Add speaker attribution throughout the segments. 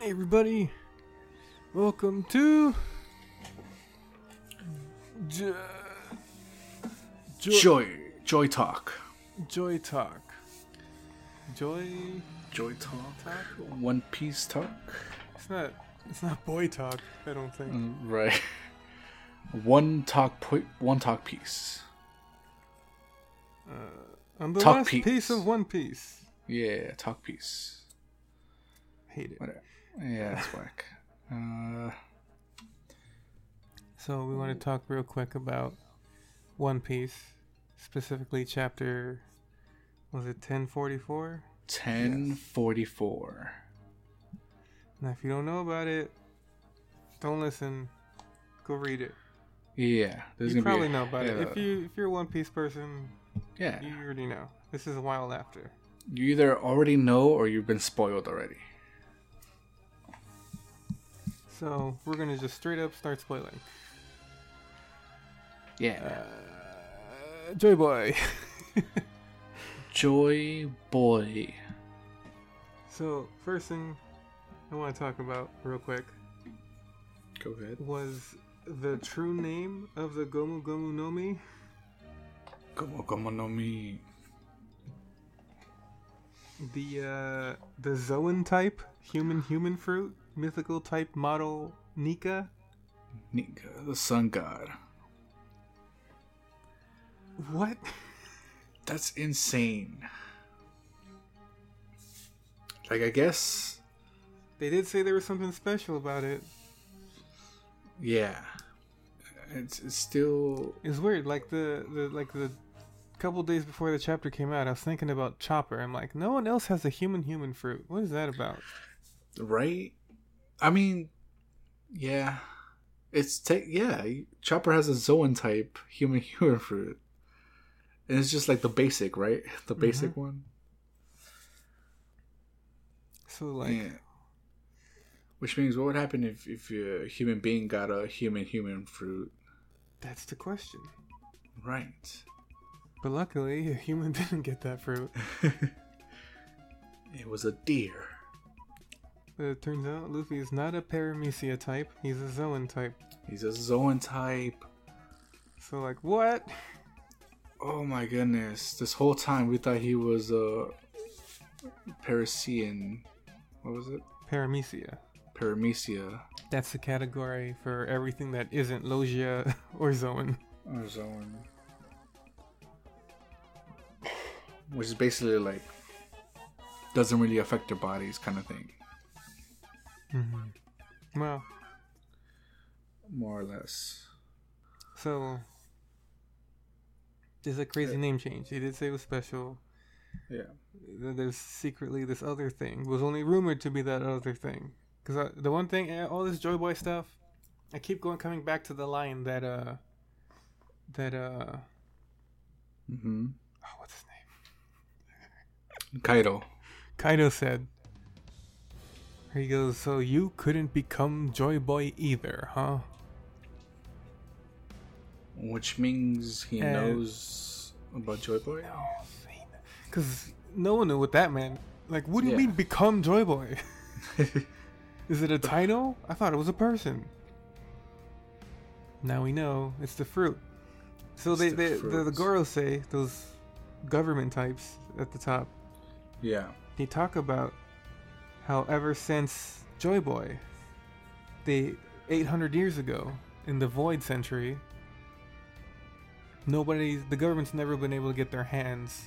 Speaker 1: Hey everybody, welcome to jo- jo-
Speaker 2: Joy. Joy Talk.
Speaker 1: Joy Talk. Joy,
Speaker 2: Joy Talk. One Piece Talk.
Speaker 1: it's not, it's not boy talk. I don't think.
Speaker 2: Mm. Right. One talk. Po- one talk piece.
Speaker 1: On the
Speaker 2: Talk
Speaker 1: last
Speaker 2: piece.
Speaker 1: piece of One Piece,
Speaker 2: Yeah, talk piece.
Speaker 1: hate it.
Speaker 2: Whatever. Yeah, that's whack. Uh,
Speaker 1: So we
Speaker 2: Mm.
Speaker 1: want to talk real quick about One Piece, specifically chapter. Was it ten forty four?
Speaker 2: ten forty four.
Speaker 1: Now, if you don't know about it, don't listen. Go read it.
Speaker 2: Yeah, there's
Speaker 1: you
Speaker 2: gonna
Speaker 1: probably
Speaker 2: be. a-
Speaker 1: know about it.
Speaker 2: yeah,
Speaker 1: If you if you're a One Piece person,
Speaker 2: yeah,
Speaker 1: you already know. This is a while after.
Speaker 2: you either already know or you've been spoiled already.
Speaker 1: So we're gonna just straight up start spoiling.
Speaker 2: Yeah.
Speaker 1: Uh, Joy Boy.
Speaker 2: Joy Boy.
Speaker 1: so first thing I want to talk about real quick
Speaker 2: Go ahead.
Speaker 1: was the true name of the Gomu Gomu Nomi.
Speaker 2: Come on, come on, no me.
Speaker 1: the uh, the Zoan type human human fruit mythical type model Nika
Speaker 2: Nika, the sun god.
Speaker 1: what
Speaker 2: That's insane. Like I guess,
Speaker 1: they did say there was something special about it
Speaker 2: yeah. It's, it's still
Speaker 1: it's weird like the, the like the couple days before the chapter came out I was thinking about Chopper I'm like no one else has a human human fruit what is that about
Speaker 2: right. I mean, yeah. It's te- yeah. Chopper has a Zoan type human human fruit, and it's just like the basic, right? The basic one.
Speaker 1: so like
Speaker 2: yeah. Which means, what would happen if if a human being got a human human fruit?
Speaker 1: that's the question
Speaker 2: Right.
Speaker 1: but luckily a human didn't get that fruit
Speaker 2: It was a deer.
Speaker 1: but it turns out Luffy is not a Paramecia type he's a Zoan type
Speaker 2: He's a Zoan type.
Speaker 1: so like what
Speaker 2: Oh my goodness. This whole time we thought he was a Parisian. What was it?
Speaker 1: Paramecia
Speaker 2: Paramecia.
Speaker 1: That's the category for everything that isn't Logia or Zoan.
Speaker 2: Or Zoan. Which is basically like doesn't really affect their bodies kind of thing.
Speaker 1: Well,
Speaker 2: More or less.
Speaker 1: so there's a crazy name change. They did say it was special.
Speaker 2: Yeah.
Speaker 1: Th- There's secretly this other thing. It was only rumored to be that other thing. Because the one thing, eh, all this Joy Boy stuff, I keep going coming back to the line that uh, that uh,
Speaker 2: Mm-hmm.
Speaker 1: oh, what's his name?
Speaker 2: Kaido.
Speaker 1: Kaido said. He goes, so you couldn't become Joy Boy either, huh?
Speaker 2: Which means he
Speaker 1: Uh,
Speaker 2: knows about Joy Boy?
Speaker 1: Because no one knew what that meant. Like, what do you
Speaker 2: Yeah.
Speaker 1: mean become Joy Boy? Is it a title? I thought it was a person. Now we know it's the fruit. So
Speaker 2: It's
Speaker 1: they,
Speaker 2: the
Speaker 1: they the,
Speaker 2: fruit.
Speaker 1: the Gorosei, those government types at the top,
Speaker 2: yeah.
Speaker 1: they talk about how ever since Joy Boy, they 800 years ago in the Void Century, nobody, the government's never been able to get their hands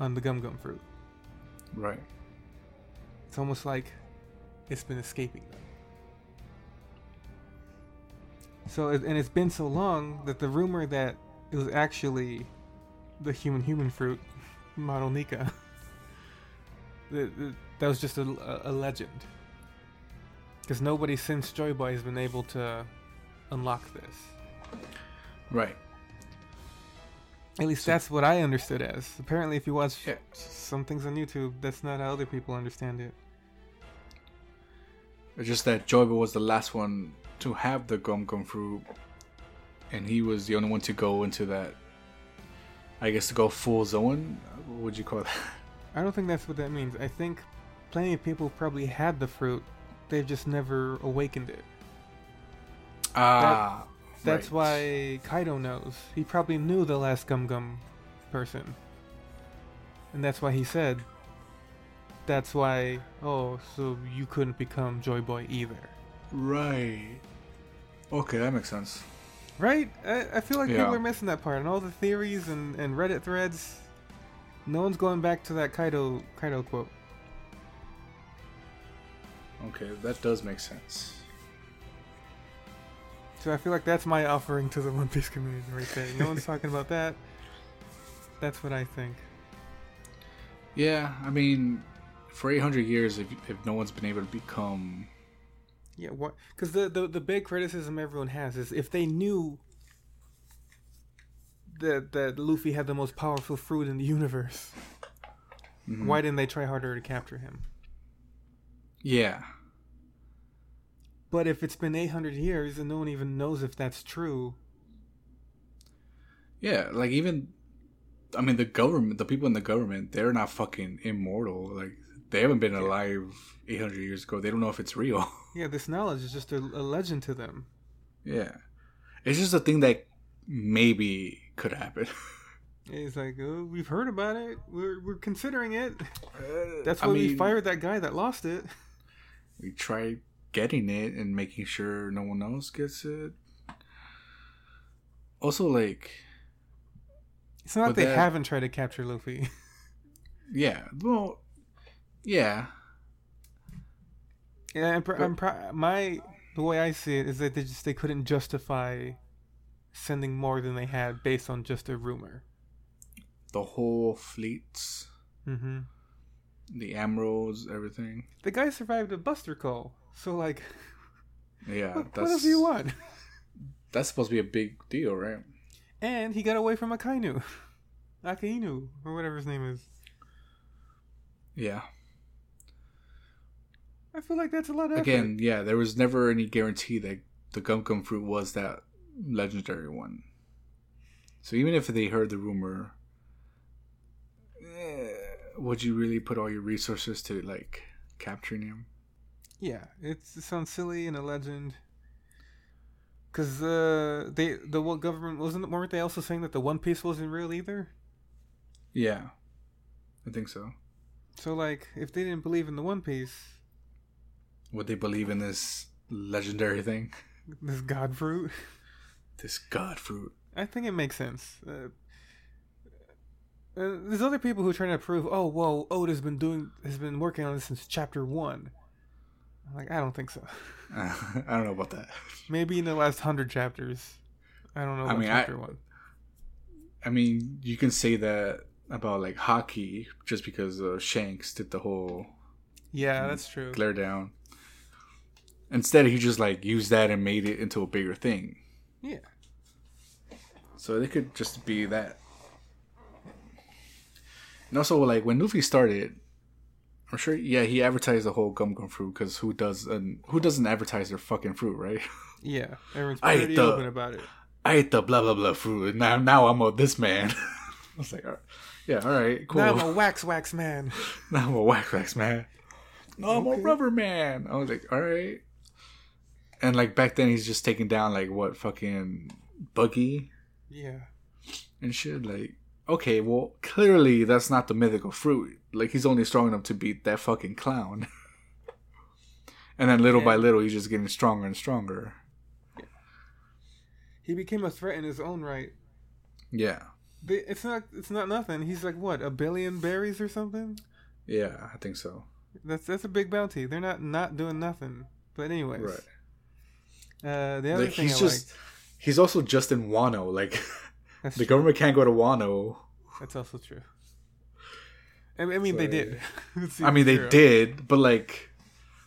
Speaker 1: on the gum gum fruit.
Speaker 2: Right.
Speaker 1: It's almost like it's been escaping them. So, it- and it's been so long that the rumor that it was actually the human human fruit, Model Nika, that, that- that was just a, a, a legend. Because nobody since Joy Boy has been able to unlock this.
Speaker 2: Right.
Speaker 1: At least that's what I understood as. Apparently, if you watch
Speaker 2: Yeah.
Speaker 1: some things on YouTube, that's not how other people understand it.
Speaker 2: It's just that Joyba was the last one to have the gum gum fruit, and he was the only one to go into that. I guess to go full zone. What would you call that?
Speaker 1: I don't think that's what that means. I think plenty of people probably had the fruit, they've just never awakened it.
Speaker 2: Ah,
Speaker 1: That's
Speaker 2: right.
Speaker 1: why Kaido knows. He probably knew the last Gum Gum person. And that's why he said, that's why, oh, so you couldn't become Joy Boy either.
Speaker 2: Right. Okay, that makes sense.
Speaker 1: Right? I, I feel like
Speaker 2: Yeah.
Speaker 1: people are missing that part. And all the theories and, and Reddit threads, no one's going back to that Kaido, Kaido quote.
Speaker 2: Okay, that does make sense.
Speaker 1: So I feel like that's my offering to the One Piece community right there. No one's talking about that. That's what I think.
Speaker 2: Yeah, I mean, for 800 years, if, if no one's been able to become.
Speaker 1: Yeah, what? Because the, the the big criticism everyone has is if they knew that that Luffy had the most powerful fruit in the universe,
Speaker 2: Mhm.
Speaker 1: why didn't they try harder to capture him?
Speaker 2: Yeah.
Speaker 1: But if it's been 800 years and no one even knows if that's true,
Speaker 2: Yeah, like even. I mean, the government, the people in the government, they're not fucking immortal. Like, they haven't been alive 800 years ago. They don't know if it's real.
Speaker 1: yeah, this knowledge is just a, a legend to them.
Speaker 2: yeah. It's just a thing that maybe could happen.
Speaker 1: It's like oh, we've heard about it, we're we're considering it. That's
Speaker 2: I
Speaker 1: why we
Speaker 2: mean,
Speaker 1: fired that guy that lost it.
Speaker 2: We try getting it and making sure no one else gets it. Also, like,
Speaker 1: It's not
Speaker 2: But
Speaker 1: that they
Speaker 2: that-
Speaker 1: haven't tried to capture Luffy.
Speaker 2: yeah, well, yeah,
Speaker 1: Yeah, I'm, pr-
Speaker 2: But-
Speaker 1: I'm pr- my the way I see it is that they just they couldn't justify sending more than they had based on just a rumor.
Speaker 2: the whole fleets,
Speaker 1: hmm
Speaker 2: the emeralds, everything.
Speaker 1: The guy survived a Buster call, so like,
Speaker 2: Yeah,
Speaker 1: what, what
Speaker 2: that's
Speaker 1: else do you want?
Speaker 2: that's supposed to be a big deal, right?
Speaker 1: And he got away from Akainu, Akainu or whatever his name is.
Speaker 2: Yeah.
Speaker 1: I feel like that's a lot of
Speaker 2: Again, yeah, there was never any guarantee that the gum gum fruit was that legendary one. So even if they heard the rumor, eh, would you really put all your resources to like capturing him?
Speaker 1: effort. Yeah, it's, it sounds silly and a legend. Cause uh, they the wo- government wasn't weren't they also saying that the One Piece wasn't real either?
Speaker 2: Yeah, I think so.
Speaker 1: So like, if they didn't believe in the One Piece,
Speaker 2: Would they believe in this legendary thing,
Speaker 1: this god fruit.
Speaker 2: this god fruit?
Speaker 1: I think it makes sense. Uh, uh, there's other people who are trying to prove, oh, well, Oda's been doing, has been working on this since chapter one. I'm like, I don't think so.
Speaker 2: I don't know about that.
Speaker 1: Maybe in the last hundred chapters. I don't know.
Speaker 2: I
Speaker 1: About
Speaker 2: mean, I-
Speaker 1: chapter one.
Speaker 2: I mean, you can say that about like hockey just because uh, Shanks did the whole Mm,
Speaker 1: Yeah, that's true.
Speaker 2: glare down. Instead, he just like used that and made it into a bigger thing.
Speaker 1: Yeah.
Speaker 2: So they could just be that. And also, like when Luffy started, I'm sure. Yeah, he advertised the whole gum gum fruit because who does and who doesn't advertise their fucking fruit, right?
Speaker 1: Yeah, everyone's
Speaker 2: I
Speaker 1: pretty
Speaker 2: thought-
Speaker 1: open about it.
Speaker 2: I ate the blah blah blah fruit. And now now I'm a this man. I was like, all right. yeah, all right, cool.
Speaker 1: Now I'm a wax wax man.
Speaker 2: Now I'm a wax wax man. No, I'm
Speaker 1: Okay.
Speaker 2: a rubber man. I was like, all right. And like back then, he's just taking down like what fucking buggy
Speaker 1: Yeah,
Speaker 2: and shit. Like, okay, well, clearly that's not the mythical fruit. Like, he's only strong enough to beat that fucking clown. and then little by
Speaker 1: Yeah.
Speaker 2: little, he's just getting stronger and stronger.
Speaker 1: he became a threat in his own right.
Speaker 2: Yeah,
Speaker 1: They, it's not, it's not nothing. He's like what a billion berries or something.
Speaker 2: yeah, I think so.
Speaker 1: That's that's a big bounty. They're not not doing nothing. But anyways,
Speaker 2: Right.
Speaker 1: uh, the other
Speaker 2: Like,
Speaker 1: thing
Speaker 2: he's
Speaker 1: I
Speaker 2: just-
Speaker 1: liked.
Speaker 2: He's also just in Wano. Like,
Speaker 1: That's,
Speaker 2: the government can't go to Wano.
Speaker 1: that's also true. I mean, I mean, they
Speaker 2: So-
Speaker 1: did. It's
Speaker 2: I mean, they
Speaker 1: true.
Speaker 2: did, but like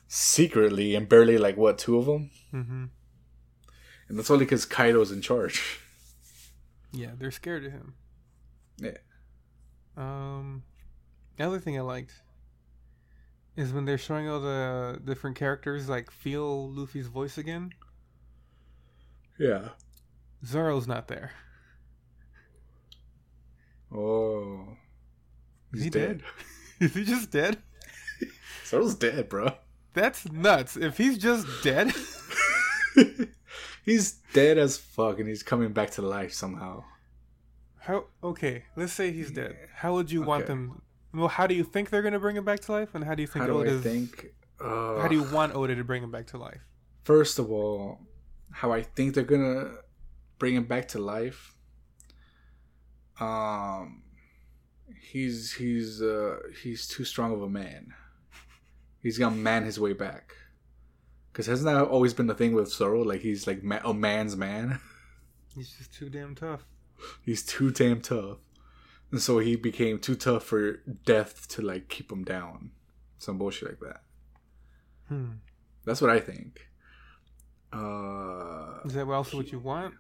Speaker 2: secretly and barely like what two of them,
Speaker 1: Mhm.
Speaker 2: and that's only because Kaido's in charge.
Speaker 1: Yeah, they're scared of him.
Speaker 2: Yeah.
Speaker 1: Um, the other thing I liked is when they're showing all the different characters like feel Luffy's voice again.
Speaker 2: Yeah.
Speaker 1: Zoro's not there.
Speaker 2: Oh, he's
Speaker 1: He
Speaker 2: dead.
Speaker 1: Is he just dead?
Speaker 2: Zoro's dead, bro.
Speaker 1: That's nuts. If he's just dead,
Speaker 2: he's dead as fuck, and he's coming back to life somehow.
Speaker 1: how? Okay, let's say he's dead.
Speaker 2: Yeah.
Speaker 1: How would you want
Speaker 2: Okay.
Speaker 1: them? Well, how do you think they're gonna bring him back to life, and how do you think
Speaker 2: How do
Speaker 1: Oda
Speaker 2: I
Speaker 1: is-
Speaker 2: think? Uh,
Speaker 1: How do you want Oda to bring him back to life?
Speaker 2: First of all, how I think they're gonna bring him back to life. Um, he's he's uh he's too strong of a man. He's gonna man his way back. Cause hasn't that always been the thing with Zoro? Like he's like ma- a man's man.
Speaker 1: He's just too damn tough.
Speaker 2: He's too damn tough, and so he became too tough for death to like keep him down. Some bullshit like that.
Speaker 1: Hmm.
Speaker 2: That's what I think. Uh,
Speaker 1: Is that also what you want?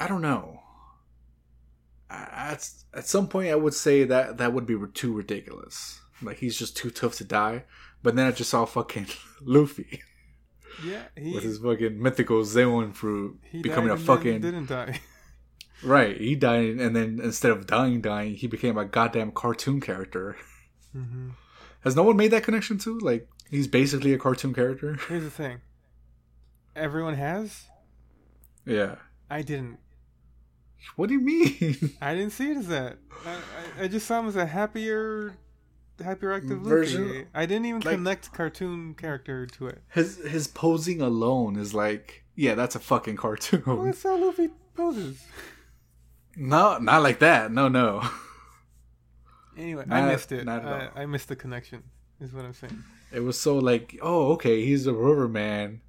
Speaker 2: I don't know. I- At at some point, I would say that that would be too ridiculous. Like he's just too tough to die. But then I just saw fucking Luffy
Speaker 1: Yeah, he
Speaker 2: with his fucking mythical Zeon fruit
Speaker 1: he
Speaker 2: becoming
Speaker 1: died
Speaker 2: a
Speaker 1: and then
Speaker 2: fucking
Speaker 1: didn't die.
Speaker 2: right. He died, and then instead of dying, dying, he became a goddamn cartoon character. Mm-hmm.
Speaker 1: hmm
Speaker 2: Has no one made that connection too? Like he's basically a cartoon character.
Speaker 1: Here's the thing. Everyone has.
Speaker 2: Yeah.
Speaker 1: I didn't.
Speaker 2: What do you mean?
Speaker 1: I didn't see it as that. I, I, I just saw him as a happier, happier active
Speaker 2: Version-
Speaker 1: Luffy. I didn't even
Speaker 2: like-
Speaker 1: connect cartoon character to it.
Speaker 2: His his posing alone is like, yeah, that's a fucking cartoon.
Speaker 1: Well, that's how Luffy poses.
Speaker 2: No, not like that. No, no.
Speaker 1: Anyway,
Speaker 2: Not-
Speaker 1: I missed it.
Speaker 2: not at
Speaker 1: I, I missed the connection. Is what I'm saying.
Speaker 2: It was so like, oh, okay, he's a rubber man.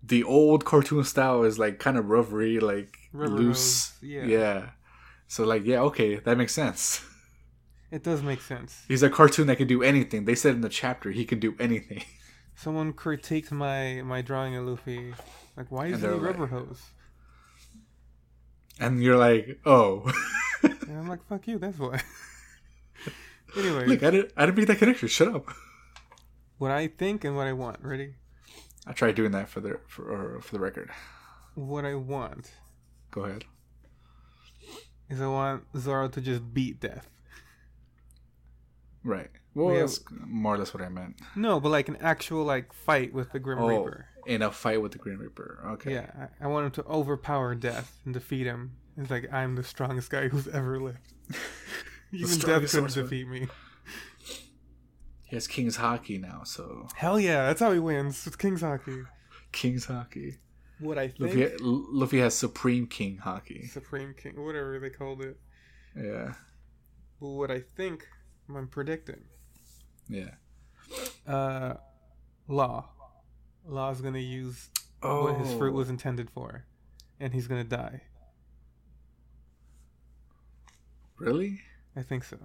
Speaker 2: The old cartoon style is like kind of rubbery, like
Speaker 1: Rubber
Speaker 2: loose.
Speaker 1: nose, yeah.
Speaker 2: So like, yeah, okay, that makes sense.
Speaker 1: It does make sense.
Speaker 2: He's a cartoon that can do anything. They said in the chapter he can do anything.
Speaker 1: Someone critiqued my my drawing of Luffy. Like, why is he
Speaker 2: they're
Speaker 1: a
Speaker 2: like-
Speaker 1: rubber hose?
Speaker 2: And you're like, oh,
Speaker 1: And I'm like, fuck you. That's why. anyway,
Speaker 2: look, I didn't, I didn't make that connection. Shut up.
Speaker 1: what I think and what I want. Ready?
Speaker 2: I tried doing that for the for or for the record.
Speaker 1: What I want
Speaker 2: Go ahead.
Speaker 1: is I want Zoro to just beat death.
Speaker 2: Right. Well,
Speaker 1: We have-
Speaker 2: that's more or less what I meant.
Speaker 1: No, but like an actual like fight with the Grim
Speaker 2: Oh,
Speaker 1: Reaper.
Speaker 2: in a fight with the Green Reaper. Okay.
Speaker 1: Yeah, I, I want him to overpower death and defeat him. It's like I'm the strongest guy who's ever lived. Even death
Speaker 2: strongest
Speaker 1: couldn't
Speaker 2: swordsman.
Speaker 1: defeat me.
Speaker 2: He has King's Hockey now, so
Speaker 1: Hell yeah, that's how he wins with King's Hockey.
Speaker 2: King's Hockey.
Speaker 1: What I think,
Speaker 2: Luffy, L- Luffy has Supreme King Hockey.
Speaker 1: Supreme King, whatever they called it.
Speaker 2: Yeah.
Speaker 1: But what I think, I'm predicting.
Speaker 2: Yeah.
Speaker 1: Uh, Law, Law's gonna use what his fruit
Speaker 2: Oh.
Speaker 1: was intended for, and he's gonna die.
Speaker 2: Really?
Speaker 1: I think so.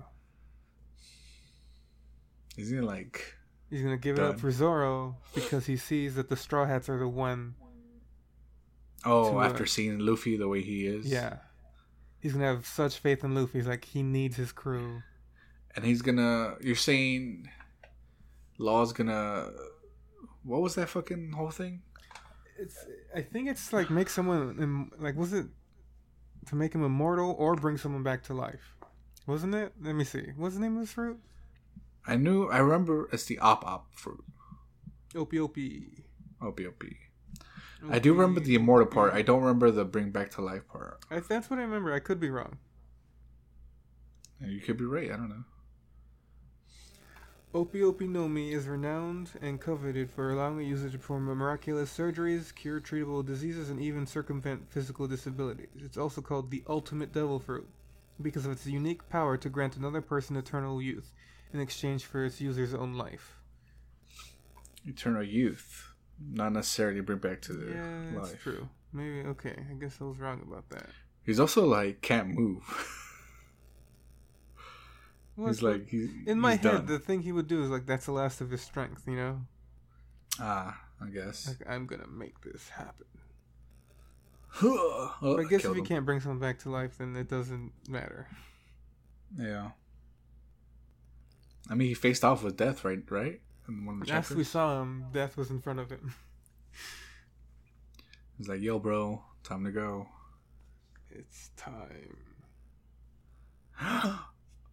Speaker 2: Isn't it like.
Speaker 1: He's gonna give it
Speaker 2: Done.
Speaker 1: up for Zoro because he sees that the Straw Hats are the one.
Speaker 2: Oh,
Speaker 1: To, uh,
Speaker 2: after seeing Luffy the way he is?
Speaker 1: Yeah, he's gonna have such faith in Luffy. He's like he needs his crew.
Speaker 2: And he's gonna. You're saying. Law's gonna. What was that fucking whole thing?
Speaker 1: It's I think it's like make someone im- like was it to make him immortal or bring someone back to life, wasn't it? Let me see. What's the name of this fruit?
Speaker 2: I knew. I remember it's the Op Op fruit.
Speaker 1: Opie Opie.
Speaker 2: OP OP. I do remember the immortal part. I don't remember the bring back to life part.
Speaker 1: I, that's what I remember. I could be wrong.
Speaker 2: You could be right. I don't know.
Speaker 1: Opie Opie Nomi is renowned and coveted for allowing a user to perform miraculous surgeries, cure treatable diseases, and even circumvent physical disabilities. It's also called the ultimate devil fruit because of its unique power to grant another person eternal youth in exchange for its user's own life.
Speaker 2: Eternal youth, not necessarily bring back to their
Speaker 1: Yeah, that's
Speaker 2: life.
Speaker 1: true. Maybe okay. I guess I was wrong about that.
Speaker 2: He's also like can't move.
Speaker 1: Well,
Speaker 2: he's
Speaker 1: it's-
Speaker 2: like he's,
Speaker 1: in my
Speaker 2: he's
Speaker 1: head,
Speaker 2: done.
Speaker 1: the thing he would do is like that's the last of his strength. You know,
Speaker 2: ah, I guess.
Speaker 1: like I'm gonna make this happen.
Speaker 2: Oh,
Speaker 1: But I guess if
Speaker 2: killed
Speaker 1: you
Speaker 2: him.
Speaker 1: can't bring someone back to life, then it doesn't matter.
Speaker 2: yeah. I mean, he faced off with death, right? Right. In one of the
Speaker 1: Last we
Speaker 2: chapters,
Speaker 1: saw him, death was in front of him.
Speaker 2: he's like, "Yo, bro, time to go."
Speaker 1: It's time.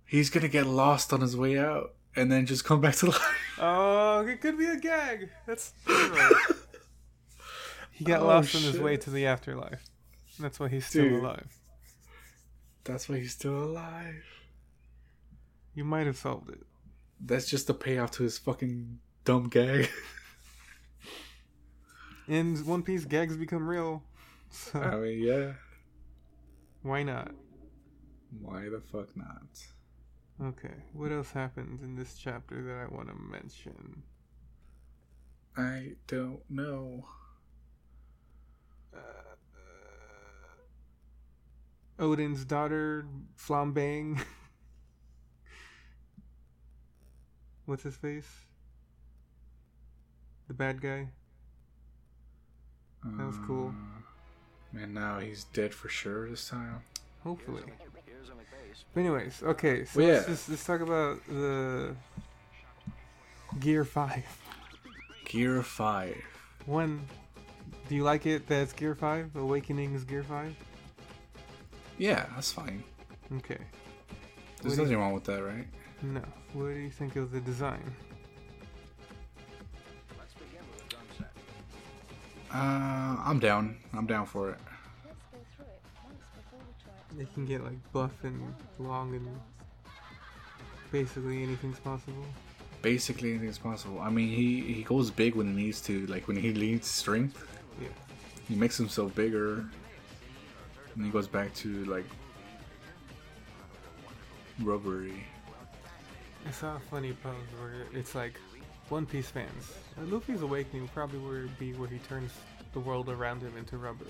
Speaker 2: he's gonna get lost on his way out. and then just come back to life.
Speaker 1: Oh, it could be a gag. That's he got
Speaker 2: Oh,
Speaker 1: lost on his
Speaker 2: shit.
Speaker 1: way to the afterlife. That's why he's still
Speaker 2: Dude.
Speaker 1: alive.
Speaker 2: That's why he's still alive.
Speaker 1: You might have solved it.
Speaker 2: That's just the payoff to his fucking dumb gag.
Speaker 1: In One Piece, gags become real. So
Speaker 2: I mean, yeah.
Speaker 1: why not?
Speaker 2: Why the fuck not?
Speaker 1: Okay, what else happens in this chapter that I want to mention?
Speaker 2: I don't know.
Speaker 1: Uh, Odin's daughter flambang. What's his face? The bad guy. That was cool.
Speaker 2: Uh, And now he's dead for sure this time.
Speaker 1: Hopefully. But anyways, okay. So
Speaker 2: Well,
Speaker 1: let's
Speaker 2: yeah.
Speaker 1: just let's talk about the Gear Five.
Speaker 2: Gear 5.
Speaker 1: One, do you like it that it's Gear Five? Awakening is Gear Five.
Speaker 2: Yeah, that's fine.
Speaker 1: Okay.
Speaker 2: There's
Speaker 1: What do you-
Speaker 2: nothing wrong with that, right?
Speaker 1: No. What do you think of the design?
Speaker 2: Uh, I'm down. I'm down for it.
Speaker 3: Let's go through it once before we try it.
Speaker 1: It can get like buff and long and basically anything's possible.
Speaker 2: Basically, anything's possible. I mean, he he goes big when he needs to. Like when he needs strength,
Speaker 1: Yeah.
Speaker 2: he makes himself bigger, and he goes back to like rubbery.
Speaker 1: I saw a funny post where it's like One Piece fans. uh, Luffy's awakening probably would be where he turns the world around him into rubber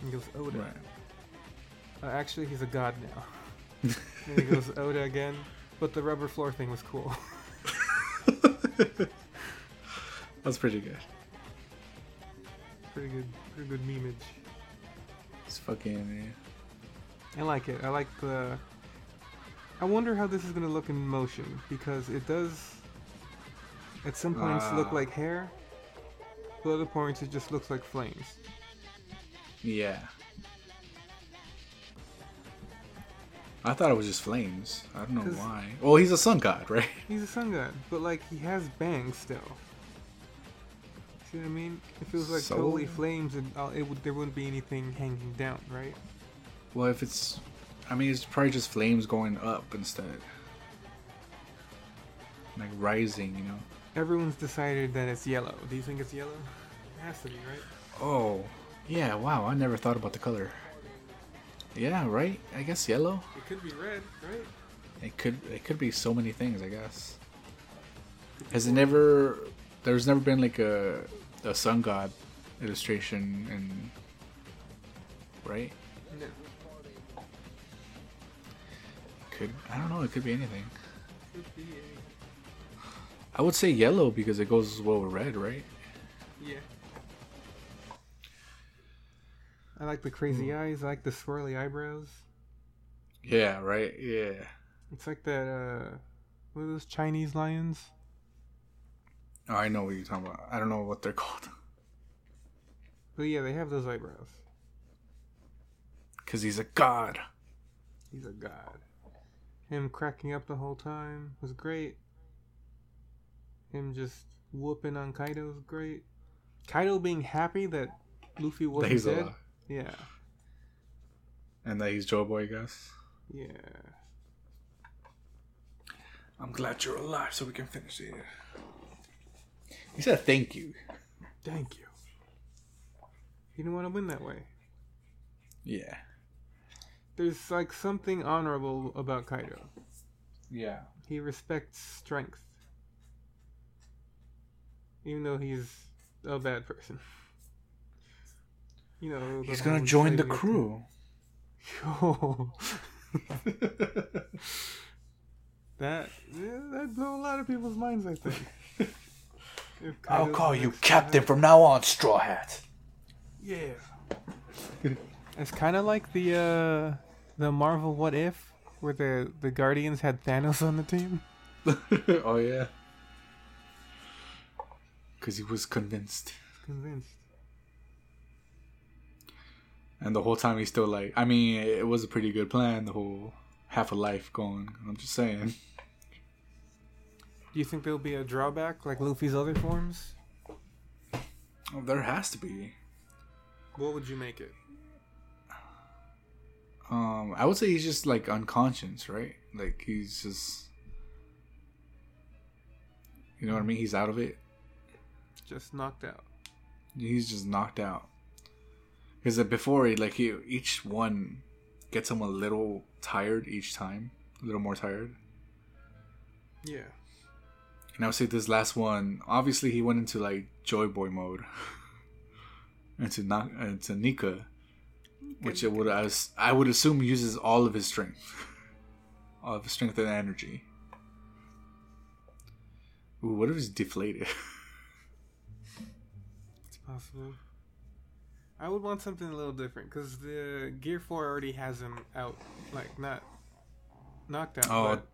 Speaker 1: and goes Oda.
Speaker 2: Right.
Speaker 1: Uh, actually, he's a god now. and he goes Oda again. But the rubber floor thing was cool.
Speaker 2: That's pretty good.
Speaker 1: pretty good, pretty good memeage.
Speaker 2: It's fucking.
Speaker 1: I like it. I like the. I wonder how this is gonna look in motion because it does. At some points, look
Speaker 2: Ah.
Speaker 1: like hair. But other points, it just looks like flames.
Speaker 2: Yeah. I thought it was just flames. I don't know
Speaker 1: 'Cause-
Speaker 2: why. Well, he's a sun god, right?
Speaker 1: He's a sun god, but like he has bangs still. See what I mean? If it was like
Speaker 2: So-
Speaker 1: totally flames, and all, it would there wouldn't be anything hanging down, right?
Speaker 2: Well, if it's, I mean, it's probably just flames going up instead, like rising, you know.
Speaker 1: Everyone's decided that it's yellow. Do you think it's yellow? It has to be, right?
Speaker 2: Oh, yeah. Wow, I never thought about the color. Yeah, right. I guess yellow.
Speaker 1: It could be red, right?
Speaker 2: It could. It could be so many things. I guess. Has it never? There's never been like a a sun god illustration and right.
Speaker 1: No.
Speaker 2: Could I don't know. It could be anything.
Speaker 1: Could be a,
Speaker 2: I would say yellow because it goes well with red, right?
Speaker 1: yeah. I like the crazy
Speaker 2: Hmm.
Speaker 1: eyes. I like the swirly eyebrows.
Speaker 2: Yeah. Right. Yeah.
Speaker 1: It's like that. uh... What are those Chinese lions?
Speaker 2: Oh, I know what you're talking about. I don't know what they're called.
Speaker 1: But yeah, they have those eyebrows.
Speaker 2: Because he's a god.
Speaker 1: He's a god. Him cracking up the whole time was great. Him just whooping on Kaido was great. Kaido being happy that Luffy
Speaker 2: That
Speaker 1: wasn't
Speaker 2: he's
Speaker 1: dead.
Speaker 2: alive.
Speaker 1: Yeah,
Speaker 2: And that he's Joe Boy, I guess.
Speaker 1: yeah.
Speaker 2: I'm glad you're alive so we can finish it. He said thank you.
Speaker 1: Thank you. He didn't want to win that way.
Speaker 2: Yeah.
Speaker 1: There's like something honorable about Kaido.
Speaker 2: Yeah.
Speaker 1: He respects strength, even though he's a bad person. You know
Speaker 2: He's
Speaker 1: the
Speaker 2: gonna
Speaker 1: whole
Speaker 2: join the
Speaker 1: Saiyan-
Speaker 2: crew.
Speaker 1: Yo. that yeah, that blew a lot of people's minds, I think. If
Speaker 2: I'll
Speaker 1: Kaido's
Speaker 2: call
Speaker 1: the
Speaker 2: you
Speaker 1: next
Speaker 2: captain
Speaker 1: Jedi-
Speaker 2: from now on, Straw Hat.
Speaker 1: Yeah. it's kind of like the uh, the Marvel What If, where the the Guardians had Thanos on the team.
Speaker 2: oh, yeah. Because he was convinced.
Speaker 1: Convinced.
Speaker 2: And the whole time he's still like, I mean, it was a pretty good plan, the whole half a life going. I'm just saying.
Speaker 1: Do you think there'll be a drawback like Luffy's other forms?
Speaker 2: Oh, there has to be.
Speaker 1: What would you make it?
Speaker 2: Um, I would say he's just like unconscious, right? Like he's just, you know what I mean. He's out of it.
Speaker 1: Just knocked out.
Speaker 2: He's just knocked out. Because before, he, like he, each one gets him a little tired each time, a little more tired.
Speaker 1: Yeah.
Speaker 2: And I would say this last one, obviously, he went into like Joy Boy mode, into Na- into Nika which it would I, I would assume uses all of his strength, all of his strength and energy. Ooh, what if he's deflated?
Speaker 1: It's possible. I would want something a little different because the Gear Four already has him out, like not knocked out.
Speaker 2: Oh.
Speaker 1: but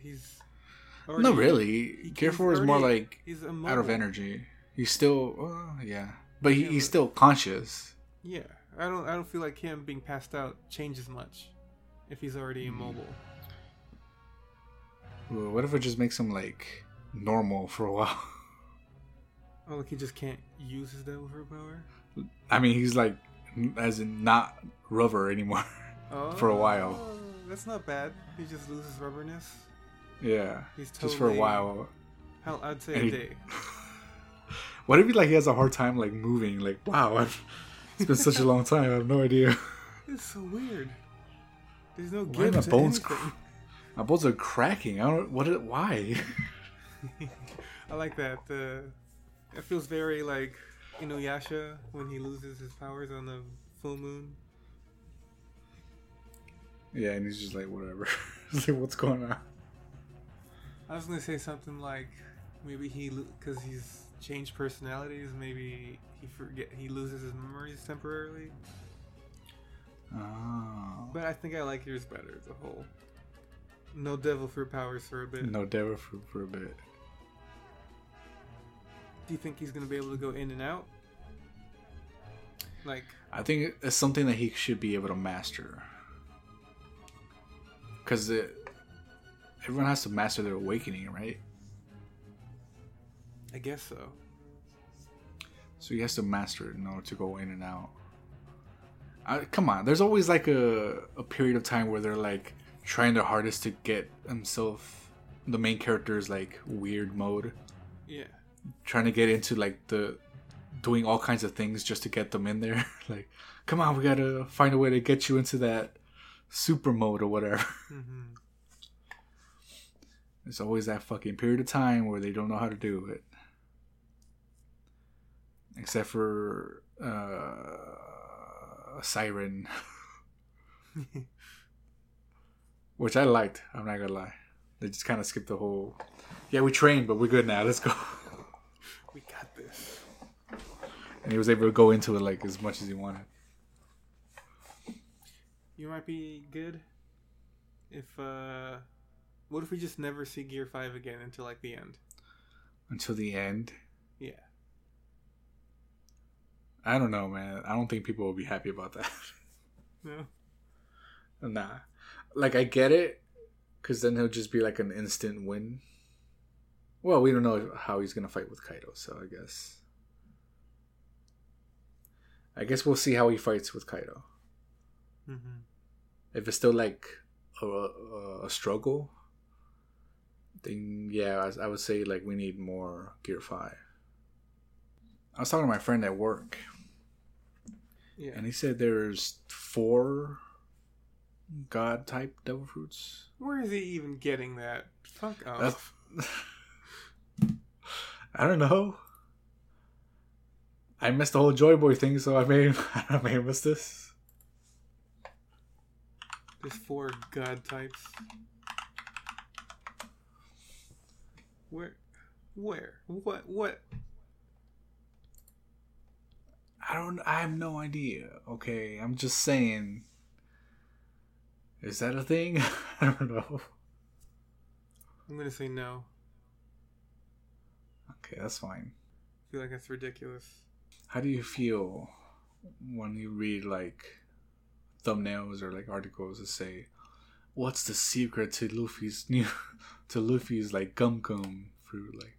Speaker 1: he's
Speaker 2: no, really. Gear
Speaker 1: he's
Speaker 2: Four is more
Speaker 1: already-
Speaker 2: like
Speaker 1: he's
Speaker 2: out of
Speaker 1: immobile.
Speaker 2: energy. He's still, uh, yeah, but he,
Speaker 1: Yeah,
Speaker 2: he's
Speaker 1: but-
Speaker 2: still conscious.
Speaker 1: Yeah, I don't I don't feel like him being passed out changes much if he's
Speaker 2: Hmm.
Speaker 1: already immobile.
Speaker 2: Ooh, what if it just makes him like normal for a while?
Speaker 1: Oh, like he just can't use his devil fruit power
Speaker 2: I mean, he's like, as in not rubber anymore.
Speaker 1: oh,
Speaker 2: For a while.
Speaker 1: That's not bad. He just loses rubberness.
Speaker 2: yeah,
Speaker 1: He's
Speaker 2: just for a
Speaker 1: totally-
Speaker 2: while.
Speaker 1: Hell, I'd say
Speaker 2: And
Speaker 1: a
Speaker 2: he-
Speaker 1: day.
Speaker 2: What if he like he has a hard time like moving? Like wow, I've, it's been such a long time. I have no idea.
Speaker 1: It's so weird. There's no
Speaker 2: Why
Speaker 1: give
Speaker 2: my
Speaker 1: to
Speaker 2: bones?
Speaker 1: anything.
Speaker 2: Cr- my bones are cracking. I don't. What? Why?
Speaker 1: I like that. Uh, it feels very like Inuyasha when he loses his powers on the full moon.
Speaker 2: yeah, and he's just like whatever. it's like what's going on?
Speaker 1: I was gonna say something like maybe he because he's changed personalities. Maybe he forget he loses his memories temporarily.
Speaker 2: Oh,
Speaker 1: But I think I like yours better as a whole. No devil fruit powers for a bit.
Speaker 2: no devil fruit for a bit.
Speaker 1: Do you think he's gonna be able to go in and out? Like
Speaker 2: I think it's something that he should be able to master. Because everyone has to master their awakening, right?
Speaker 1: I guess so.
Speaker 2: So he has to master it in order to go in and out. I, come on, there's always like a, a period of time where they're like trying their hardest to get himself, the main character's like weird mode,
Speaker 1: Yeah.
Speaker 2: trying to get into like the doing all kinds of things just to get them in there. like, come on, we gotta find a way to get you into that super mode or whatever.
Speaker 1: hmm
Speaker 2: There's always that fucking period of time where they don't know how to do it. Except for uh, Siren, which I liked. I'm not gonna lie. They just kind of skipped the whole. Yeah, we trained, but we're good now. Let's go.
Speaker 1: we got this.
Speaker 2: And he was able to go into it like as much as he wanted.
Speaker 1: You might be good if uh what if we just never see Gear 5 again until like the end?
Speaker 2: until the end.
Speaker 1: Yeah.
Speaker 2: I don't know, man. I don't think people will be happy about that.
Speaker 1: No.
Speaker 2: nah. Like, I get it, because then he'll just be like an instant win. Well, we don't know how he's going to fight with Kaido, so I guess. I guess we'll see how he fights with Kaido.
Speaker 1: Mm-hmm.
Speaker 2: If it's still like a, a, a struggle, then yeah, I, I would say like we need more Gear 5. I was talking to my friend at work,
Speaker 1: Yeah.
Speaker 2: and he said there's four god type devil fruits.
Speaker 1: Where is he even getting that? Fuck off.
Speaker 2: That's- I don't know. I missed the whole Joy Boy thing, so I may I may miss this.
Speaker 1: There's four god types. Where? Where? What? What?
Speaker 2: I don't. I have no idea. Okay, I'm just saying. Is that a thing? I don't know.
Speaker 1: I'm gonna say no.
Speaker 2: Okay, that's fine.
Speaker 1: I feel like that's ridiculous.
Speaker 2: How do you feel when you read like thumbnails or like articles that say, "What's the secret to Luffy's new to Luffy's like gum gum fruit, like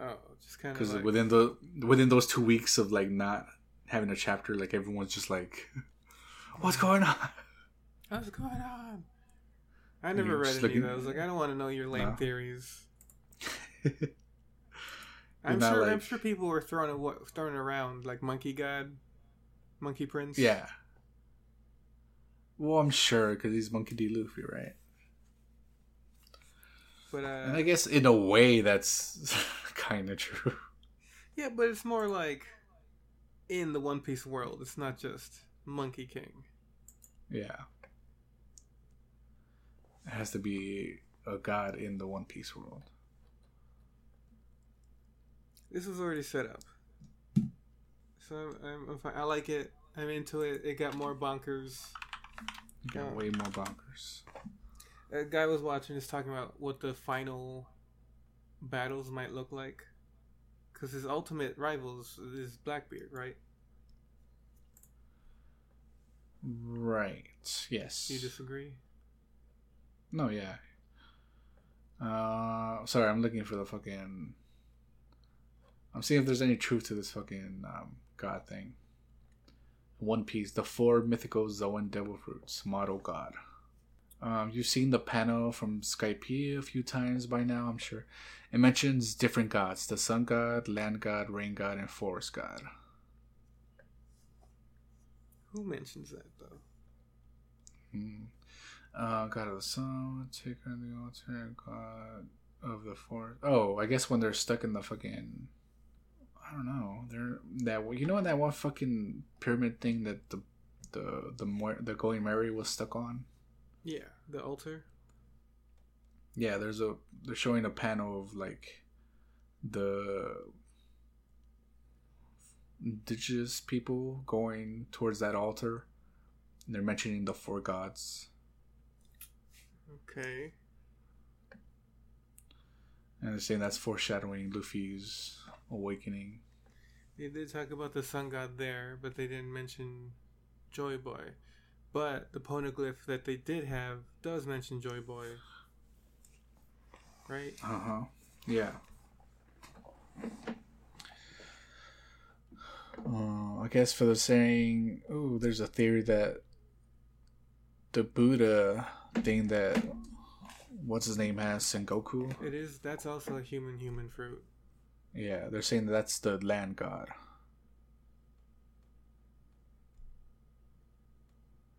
Speaker 1: Oh, just kind of
Speaker 2: because
Speaker 1: like,
Speaker 2: within the within those two weeks of like not having a chapter, like everyone's just like, "What's going on?"
Speaker 1: what's going on? I
Speaker 2: And
Speaker 1: never
Speaker 2: you're
Speaker 1: read
Speaker 2: just
Speaker 1: any
Speaker 2: looking-
Speaker 1: of those. Like, I don't want to know your lame
Speaker 2: No.
Speaker 1: theories. I'm
Speaker 2: not
Speaker 1: sure. I'm
Speaker 2: like-
Speaker 1: sure people were throwing a, wa- throwing around like Monkey God, Monkey Prince.
Speaker 2: yeah. Well, I'm sure because he's Monkey D. Luffy, right?
Speaker 1: but uh,
Speaker 2: And I guess in a way that's kind of true.
Speaker 1: yeah, but it's more like in the One Piece world. It's not just Monkey King.
Speaker 2: Yeah. It has to be a god in the One Piece world.
Speaker 1: This was already set up, so I'm, I'm, I'm fine. I like it. I'm into it. It got more bonkers.
Speaker 2: You got
Speaker 1: Yeah.
Speaker 2: way more bonkers.
Speaker 1: a guy was watching is talking about what the final battles might look like because his ultimate rivals is blackbeard right
Speaker 2: Right. Yes.
Speaker 1: do you disagree
Speaker 2: No, yeah. Uh, sorry, I'm looking for the fucking. I'm seeing if there's any truth to this fucking um, god thing. One Piece, the four mythical Zoan devil fruits, model god. Um, you've seen the panel from Skype a few times by now, I'm sure. It mentions different gods the sun god, land god, rain god, and forest god.
Speaker 1: who mentions that though
Speaker 2: Hmm. Uh, God of the Sun, take on the altar, God of the Forest. Oh, I guess when they're stuck in the fucking, I don't know, they're that you know that one fucking pyramid thing that the the the Mo- the Going Mary was stuck on.
Speaker 1: yeah the altar
Speaker 2: Yeah, there's a they're showing a panel of like the indigenous people going towards that altar. And they're mentioning the four gods.
Speaker 1: okay
Speaker 2: And they're saying that's foreshadowing Luffy's awakening.
Speaker 1: they did talk about the sun god there but they didn't mention joy boy but the poneglyph that they did have does mention joy boy right
Speaker 2: Uh huh. Yeah. Uh, I guess for the saying, oh, there's a theory that the Buddha thing that what's his name has Sengoku.
Speaker 1: it is that's also a human human fruit
Speaker 2: Yeah, they're saying that that's the land god.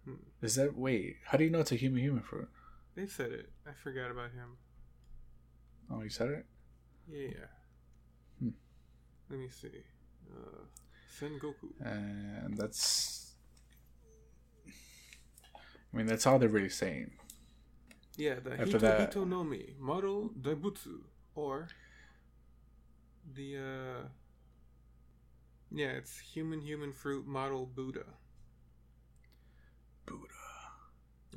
Speaker 1: Hmm.
Speaker 2: Is that wait? How do you know it's a human human fruit?
Speaker 1: they said it i forgot about him
Speaker 2: Oh, you said it.
Speaker 1: Yeah.
Speaker 2: Hmm.
Speaker 1: Let me see. Uh, Sengoku.
Speaker 2: and that's i mean that's all they're really saying
Speaker 1: Yeah, the
Speaker 2: After
Speaker 1: Hito,
Speaker 2: that-
Speaker 1: Hito Nomi, Model Daibutsu, or the, uh, yeah, it's Human Human Fruit Model Buddha.
Speaker 2: buddha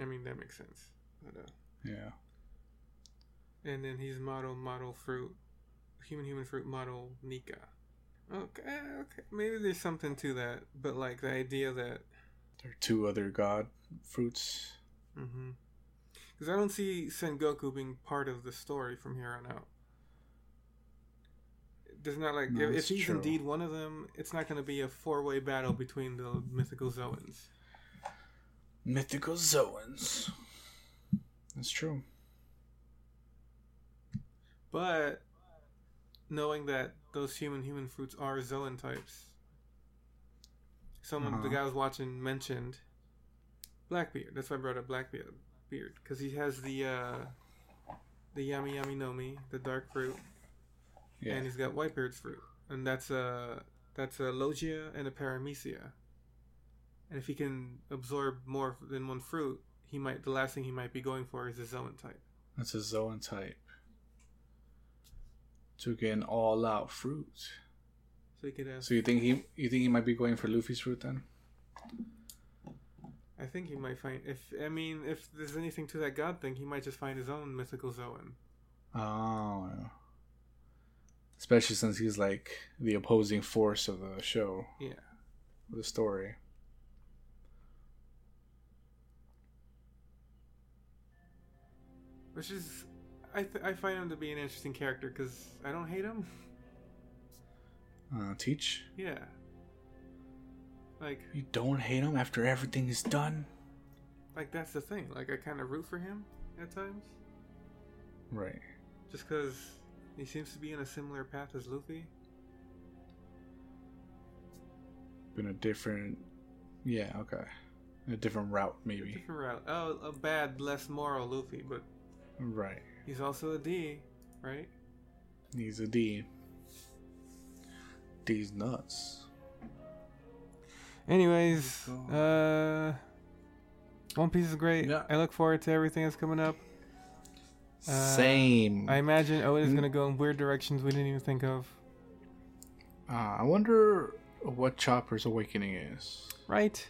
Speaker 1: I mean, that makes sense. But, uh,
Speaker 2: yeah
Speaker 1: and then he's Model Model Fruit, Human Human Fruit Model Nika. Okay, okay, maybe there's something to that, but like the idea that
Speaker 2: there are two other god fruits
Speaker 1: Mm-hmm. Because I don't see Sengoku being part of the story from here on out. There's not like
Speaker 2: No,
Speaker 1: if, if
Speaker 2: that's
Speaker 1: he's
Speaker 2: true.
Speaker 1: indeed one of them, it's not going to be a four way battle between the mythical Zoans.
Speaker 2: mythical zoans that's true
Speaker 1: But knowing that those human human fruits are Zoan types, someone the
Speaker 2: Uh-huh.
Speaker 1: guy I was watching mentioned Blackbeard. That's why I brought up Blackbeard beard because he has the uh, the yami yami nomi, the dark fruit.
Speaker 2: yeah
Speaker 1: and he's got Whitebeard's fruit, and that's a that's a Logia and a Paramecia. And if he can absorb more than one fruit, he might the last thing he might be going for is a Zoan type.
Speaker 2: that's a zoan type to get an all-out fruit
Speaker 1: So he could have.
Speaker 2: so you think he you think he might be going for luffy's fruit then
Speaker 1: I think he might find if I mean if there's anything to that god thing, he might just find his own mythical Zoan.
Speaker 2: oh yeah. especially since he's like the opposing force of the show
Speaker 1: Yeah.
Speaker 2: the story.
Speaker 1: Which is, I, th- I find him to be an interesting character because I don't hate him.
Speaker 2: Uh, teach.
Speaker 1: Yeah. Like,
Speaker 2: You don't hate him after everything is done.
Speaker 1: like that's the thing. Like, I kind of root for him at times,
Speaker 2: Right.
Speaker 1: just because he seems to be in a similar path as Luffy.
Speaker 2: Been a different. Yeah. Okay. A different route,
Speaker 1: A
Speaker 2: maybe.
Speaker 1: different route. Oh, a bad, less moral Luffy, but
Speaker 2: Right.
Speaker 1: he's also a D, right?
Speaker 2: He's a D. D's nuts.
Speaker 1: Anyways,
Speaker 2: Let's
Speaker 1: uh, One Piece is great.
Speaker 2: Yeah.
Speaker 1: I look forward to everything that's coming up. Uh,
Speaker 2: Same.
Speaker 1: I
Speaker 2: I,
Speaker 1: imagine Oda is
Speaker 2: Mm.
Speaker 1: gonna go in weird directions we didn't even think of.
Speaker 2: uh, I wonder what Chopper's awakening is.
Speaker 1: Right?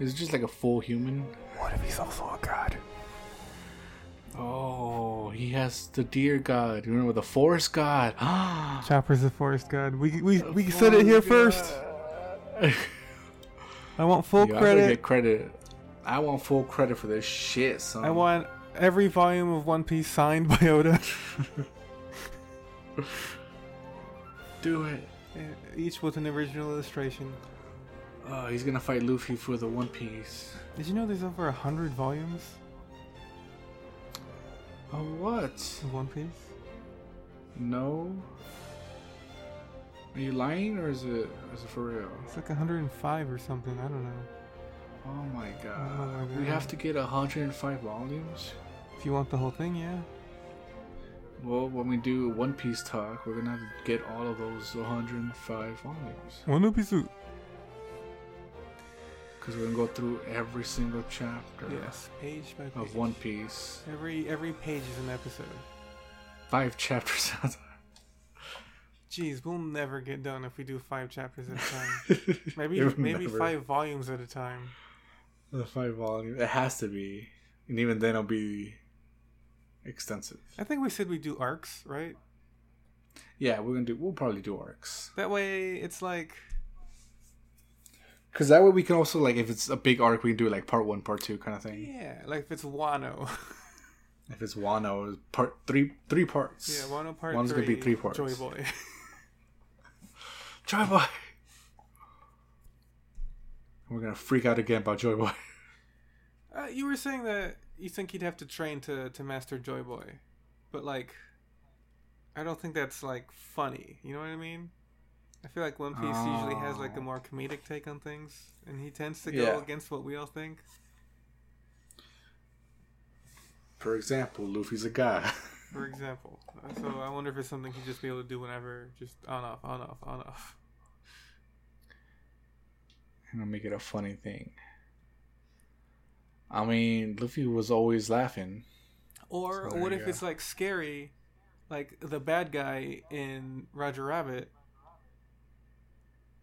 Speaker 2: Is it just like a full human?
Speaker 1: What if he's also a god?
Speaker 2: Oh, he has the deer god. You remember the forest god? Ah,
Speaker 1: Chopper's the forest god. We we, we said it here first. I want full
Speaker 2: Yo, I better
Speaker 1: credit.
Speaker 2: get credit. I want full credit for this shit, son.
Speaker 1: I want every volume of One Piece signed by Oda.
Speaker 2: do it.
Speaker 1: Each with an original illustration.
Speaker 2: Oh, he's gonna fight Luffy for the One Piece.
Speaker 1: Did you know there's over a hundred volumes
Speaker 2: Oh, what?
Speaker 1: of One Piece?
Speaker 2: No. Are you lying or is it is it for real?
Speaker 1: It's like 105 or something. I don't know.
Speaker 2: Oh my god.
Speaker 1: Oh my
Speaker 2: We
Speaker 1: God.
Speaker 2: have to get 105 volumes.
Speaker 1: If you want the whole thing, yeah.
Speaker 2: Well, when we do One Piece talk, we're gonna have to get all of those 105 volumes
Speaker 1: One piece.
Speaker 2: because we're gonna go through every single chapter
Speaker 1: Yes, page by page.
Speaker 2: of One Piece.
Speaker 1: Every every page is an episode.
Speaker 2: Five chapters at a
Speaker 1: Jeez, we'll never get done if we do five chapters at a time.
Speaker 2: time.
Speaker 1: Maybe
Speaker 2: You'll
Speaker 1: maybe
Speaker 2: never-
Speaker 1: five volumes at a time.
Speaker 2: The five volumes. It has to be, and even then, it'll be extensive.
Speaker 1: I think we said we do arcs, right?
Speaker 2: Yeah, we're gonna do. We'll probably do arcs.
Speaker 1: That way, it's like
Speaker 2: Because that way we can also like if it's a big arc, we can do like part one, part two kind of thing.
Speaker 1: yeah, like if it's Wano.
Speaker 2: If it's Wano, part three, three parts.
Speaker 1: yeah, Wano part
Speaker 2: Wano's
Speaker 1: three.
Speaker 2: gonna be three parts.
Speaker 1: Joy Boy.
Speaker 2: Joy Boy. We're gonna freak out again about Joy Boy.
Speaker 1: Uh, you were saying that you think he'd have to train to to master Joy Boy, but like, I don't think that's like funny. You know what I mean? I feel like One Piece usually has like a
Speaker 2: Oh.
Speaker 1: more comedic take on things, and he tends to go
Speaker 2: Yeah.
Speaker 1: against what we all think.
Speaker 2: For example, Luffy's a guy.
Speaker 1: For example, Uh, so I wonder if it's something he'd just be able to do whenever, just on off, on off, on off.
Speaker 2: I'm gonna make it a funny thing. I mean, Luffy was always laughing.
Speaker 1: Or
Speaker 2: So there
Speaker 1: what
Speaker 2: you
Speaker 1: if
Speaker 2: go.
Speaker 1: it's like scary, like the bad guy in Roger Rabbit,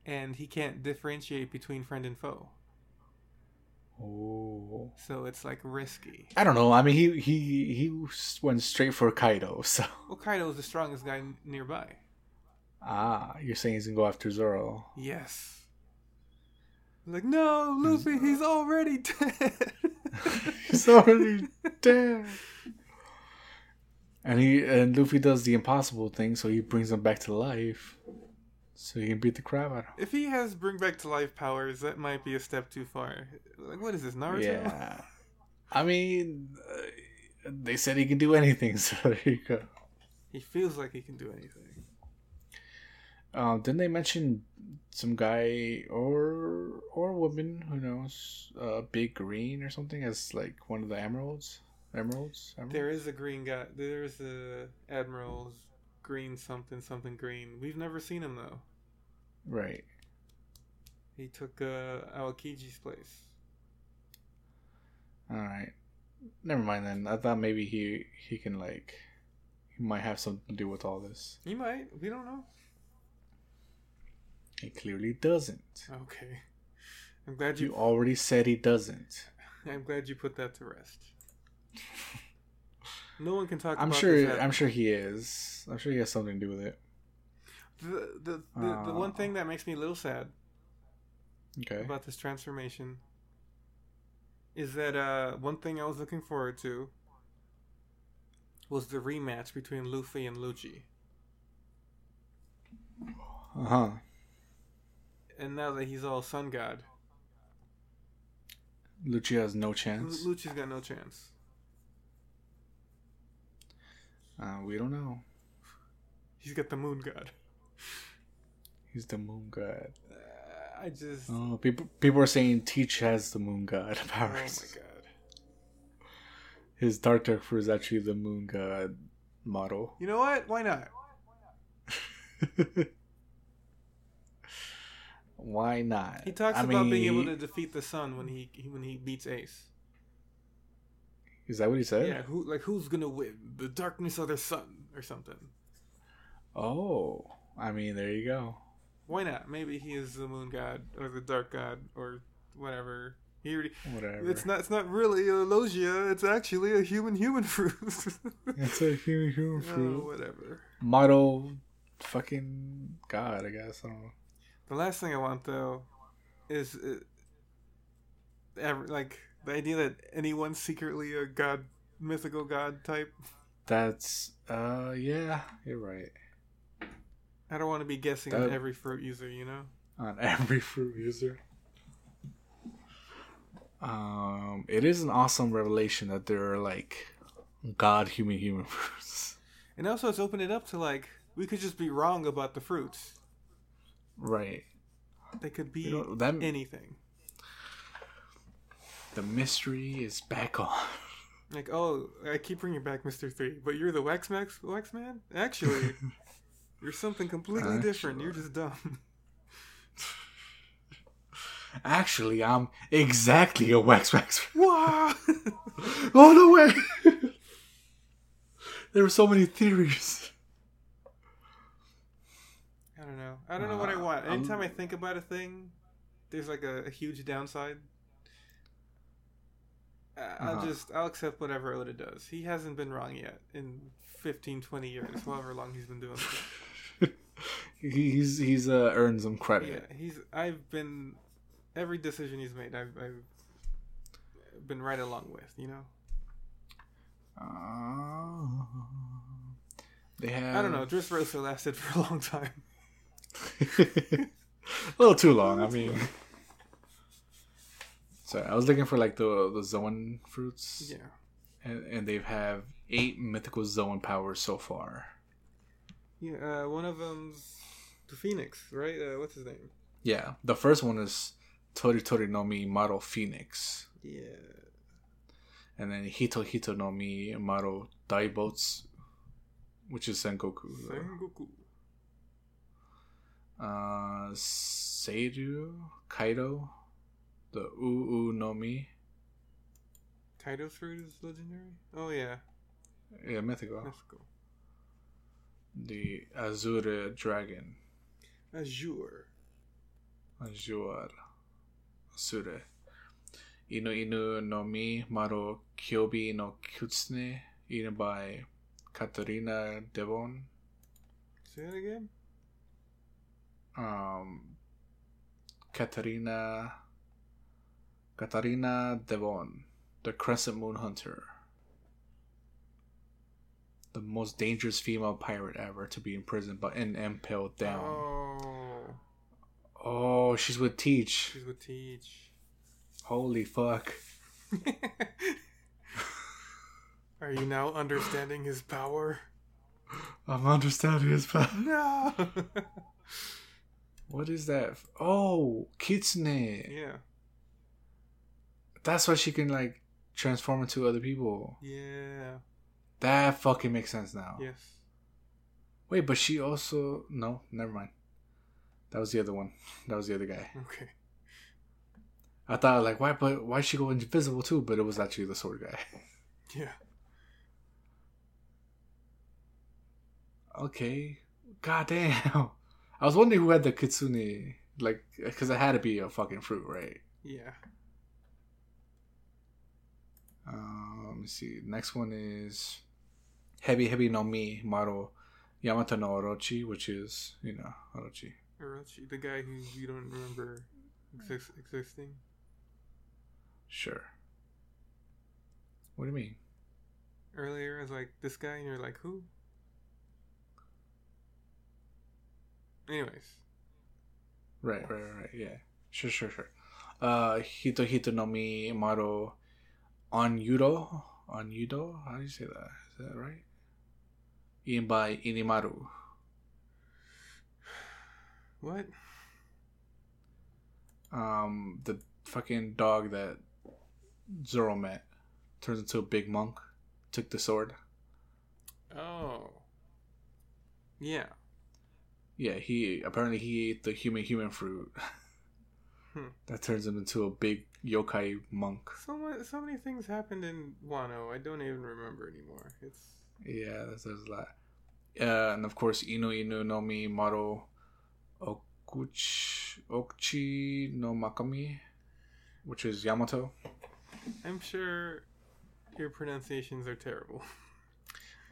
Speaker 1: and he can't differentiate between friend and foe,
Speaker 2: Oh.
Speaker 1: so it's like risky.
Speaker 2: I don't know. I mean, he he he went straight for Kaido. So
Speaker 1: Well, Kaido is the strongest guy n- nearby.
Speaker 2: ah, you're saying he's gonna go after Zoro?
Speaker 1: Yes. Like no, Luffy, he's already dead.
Speaker 2: he's already dead. And he and Luffy does the impossible thing, so he brings him back to life, so he can beat the crap out of him.
Speaker 1: if he has bring back to life powers, that might be a step too far. Like what is this Naruto?
Speaker 2: Yeah. I mean, uh, they said he can do anything, so there you go.
Speaker 1: He feels like he can do anything.
Speaker 2: Um, didn't they mention some guy or or woman who knows, uh, big green or something as like one of the emeralds? Emeralds? emeralds?
Speaker 1: There is a green guy. There's a admiral's green something something green. We've never seen him though.
Speaker 2: Right.
Speaker 1: He took uh, Awakiji's place.
Speaker 2: All right. Never mind then. I thought maybe he he can like he might have something to do with all this.
Speaker 1: He might. We don't know.
Speaker 2: He clearly doesn't.
Speaker 1: Okay. I'm glad
Speaker 2: You
Speaker 1: you.
Speaker 2: already said he doesn't.
Speaker 1: I'm glad you put that to rest. No one can talk.
Speaker 2: I'm
Speaker 1: about
Speaker 2: sure.
Speaker 1: This ad-
Speaker 2: I'm sure he is. I'm sure he has something to do with it.
Speaker 1: The the, the, the one
Speaker 2: Oh.
Speaker 1: thing that makes me a little sad
Speaker 2: Okay.
Speaker 1: about this transformation is that uh, one thing I was looking forward to was the rematch between Luffy and Lucci.
Speaker 2: Uh huh.
Speaker 1: And now that he's all sun god,
Speaker 2: Lucia has no
Speaker 1: Lu-
Speaker 2: chance.
Speaker 1: Lucci's got no chance.
Speaker 2: Uh, we don't know.
Speaker 1: He's got the moon god.
Speaker 2: He's the moon god.
Speaker 1: Uh, I just.
Speaker 2: Oh, people people are saying Teach has the moon god
Speaker 1: oh my
Speaker 2: powers.
Speaker 1: god.
Speaker 2: His dark dark fruit is actually the moon god model.
Speaker 1: You know what? Why not?
Speaker 2: Why not?
Speaker 1: He talks
Speaker 2: I
Speaker 1: about being able
Speaker 2: mean,
Speaker 1: to defeat the sun when he when he beats Ace.
Speaker 2: Is that what he said?
Speaker 1: Yeah, who like who's gonna win? The darkness or the sun or something?
Speaker 2: Oh, I mean, there you go.
Speaker 1: Why not? Maybe he is the moon god or the dark god or whatever. He already,
Speaker 2: Whatever.
Speaker 1: it's not it's not really a logia. It's actually a human human fruit.
Speaker 2: It's a human human
Speaker 1: oh,
Speaker 2: fruit
Speaker 1: whatever.
Speaker 2: model. Fucking god, I guess. I don't know.
Speaker 1: The last thing I want though is uh, ever like the idea that anyone's secretly a god, mythical god type.
Speaker 2: That's uh, yeah, you're right.
Speaker 1: I don't want to be guessing on
Speaker 2: That-
Speaker 1: every fruit user, you know.
Speaker 2: on every fruit user. Um, it is an awesome revelation that there are like God human human fruits,
Speaker 1: And also, it's opened it up to like we could just be wrong about the fruits.
Speaker 2: right?
Speaker 1: They could be
Speaker 2: You know, that
Speaker 1: anything.
Speaker 2: the mystery is back on.
Speaker 1: Like, oh, I keep bringing back Mister Three, but you're the Wax Max Wax Man. Actually, you're something completely different. You're
Speaker 2: Actually.
Speaker 1: just dumb.
Speaker 2: Actually, I'm exactly a wax wax.
Speaker 1: Wow.
Speaker 2: oh no way! there were so many theories.
Speaker 1: I don't know. I don't know what I want.
Speaker 2: Uh, I'm-
Speaker 1: Anytime i think about a thing, there's like a, a huge downside. Uh, I'll
Speaker 2: Uh-huh.
Speaker 1: just I'll accept whatever Oda does. He hasn't been wrong yet in 15, 20 years, however long he's been doing this.
Speaker 2: he's he's uh, earned some
Speaker 1: Yeah,
Speaker 2: credit.
Speaker 1: he's. I've been every decision he's made. I've, I've been right along with. You know,
Speaker 2: Uh, they have.
Speaker 1: I don't know. Dressrosa lasted for a long time.
Speaker 2: a little too long. I mean, sorry, I was looking for like the the Zoan fruits,
Speaker 1: Yeah,
Speaker 2: and, and they've have eight mythical Zoan powers so far.
Speaker 1: yeah. Uh, one of them's the Phoenix, right? Uh, what's his name?
Speaker 2: Yeah, the first one is Tori Tori no Mi Maro Phoenix,
Speaker 1: Yeah,
Speaker 2: and then Hito Hito no Mi Maro Daibots, which is Sengoku. though.
Speaker 1: Sengoku.
Speaker 2: Uh, Seiru Kaido, the Uu no Mi,
Speaker 1: Kaido's fruit is legendary. Oh yeah,
Speaker 2: yeah, mythical.
Speaker 1: that's cool.
Speaker 2: The Azure Dragon.
Speaker 1: Azure.
Speaker 2: Azure. Asure. Inu Inu no Mi Maro Kyobi no Kutsune. Inu by Katarina Devon.
Speaker 1: Say that again.
Speaker 2: Um, Katarina. Katarina Devon. The Crescent Moon Hunter. The most dangerous female pirate ever to be imprisoned but and impaled down.
Speaker 1: Oh,
Speaker 2: Oh, she's with Teach.
Speaker 1: she's with Teach.
Speaker 2: Holy fuck.
Speaker 1: Are you now understanding his power?
Speaker 2: I'm understanding his power.
Speaker 1: No.
Speaker 2: What is that? Oh, Kitsune.
Speaker 1: yeah.
Speaker 2: That's why she can like transform into other people.
Speaker 1: Yeah.
Speaker 2: That fucking makes sense now.
Speaker 1: Yes.
Speaker 2: Wait, but she also no, never mind. That was the other one. That was the other guy.
Speaker 1: Okay.
Speaker 2: I thought like why but why she go invisible too? But it was actually the sword guy.
Speaker 1: Yeah.
Speaker 2: okay. God damn. I was wondering who had the Kitsune like because it had to be a fucking fruit, right?
Speaker 1: Yeah.
Speaker 2: Um, let me see. Next one is Heavy Heavy no Mi Maro Yamato no Orochi, which is, you know, Orochi.
Speaker 1: Orochi, the guy who you don't remember exist- existing.
Speaker 2: Sure. What do you mean?
Speaker 1: earlier as like this guy, and you're like, who? Anyways,
Speaker 2: Right, right, right, right. Yeah. Sure, sure, sure. Uh, Hito Hito no Mi Maro on Yudo. On Yudo? How do you say that? Is that right? In by Inimaru.
Speaker 1: what?
Speaker 2: Um, the fucking dog that Zoro met turns into a big monk, took the sword.
Speaker 1: Oh, yeah.
Speaker 2: Yeah, he apparently he ate the human human fruit.
Speaker 1: Hmm.
Speaker 2: That turns him into a big yokai monk.
Speaker 1: So much, so many things happened in Wano. I don't even remember anymore. It's
Speaker 2: Yeah, that says a lot. Uh, and of course, Inu Inu no Mi Maro Okuchi, Okuchi no Makami, which is Yamato.
Speaker 1: I'm sure your pronunciations are terrible.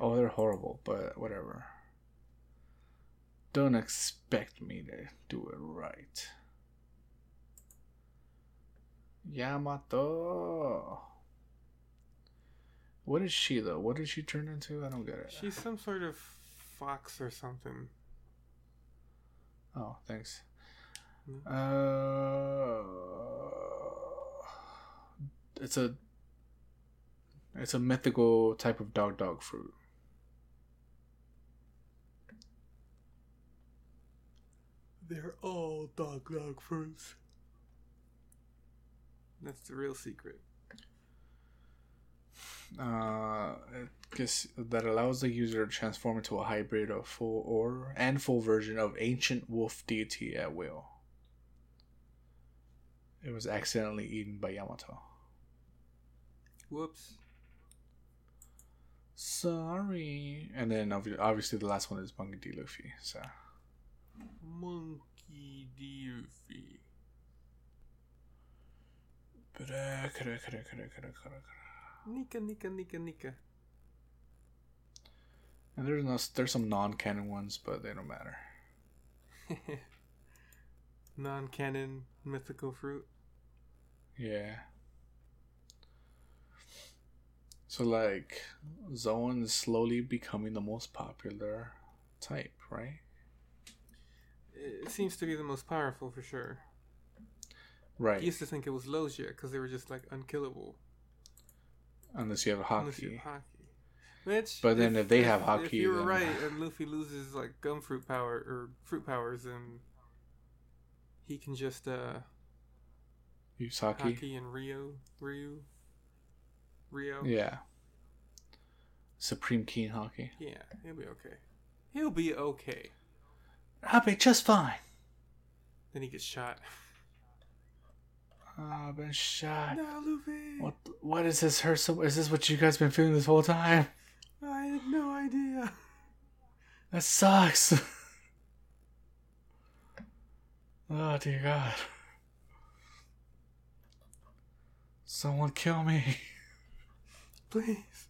Speaker 2: Oh, they're horrible, but whatever. Don't expect me to do it right. Yamato. What is she though? What did she turn into? I don't get it.
Speaker 1: She's some sort of fox or something.
Speaker 2: Oh, thanks.
Speaker 1: Mm.
Speaker 2: Uh, it's a it's a mythical type of dog dog fruit.
Speaker 1: They're all dog dog fruits. That's the real secret.
Speaker 2: Uh, it gets- that allows the user to transform into a hybrid of full or and full version of ancient wolf deity at will. It was accidentally eaten by Yamato.
Speaker 1: Whoops.
Speaker 2: Sorry. And then obvi- obviously the last one is Bungie D. Luffy. So.
Speaker 1: Monkey Doofy.
Speaker 2: uh, And
Speaker 1: Nika Nika Nika Nika.
Speaker 2: there's no, there's some non-canon ones, but they don't matter.
Speaker 1: Non canon mythical fruit.
Speaker 2: Yeah. So like, Zoan is slowly becoming the most popular type, right?
Speaker 1: It seems to be the most powerful for sure. I
Speaker 2: Right.
Speaker 1: used to think it was Logia because they were just like unkillable.
Speaker 2: Unless you have
Speaker 1: Unless you
Speaker 2: hockey.
Speaker 1: have Haki. Which,
Speaker 2: But then if they have
Speaker 1: if
Speaker 2: Haki,
Speaker 1: you were
Speaker 2: then-
Speaker 1: right and Luffy loses like gum fruit power or fruit powers, then he can just uh
Speaker 2: Use hockey.
Speaker 1: Haki and Rio, Ryu, Rio.
Speaker 2: Yeah. Supreme Keen hockey.
Speaker 1: Yeah, he'll be okay. He'll be okay.
Speaker 2: I'll be just fine.
Speaker 1: Then he gets shot.
Speaker 2: I've been shot.
Speaker 1: No, Luffy.
Speaker 2: What? What is this? Hurt so? Is this what you guys been feeling this whole time?
Speaker 1: I had no idea.
Speaker 2: That sucks. oh dear God! Someone kill me.
Speaker 1: Please.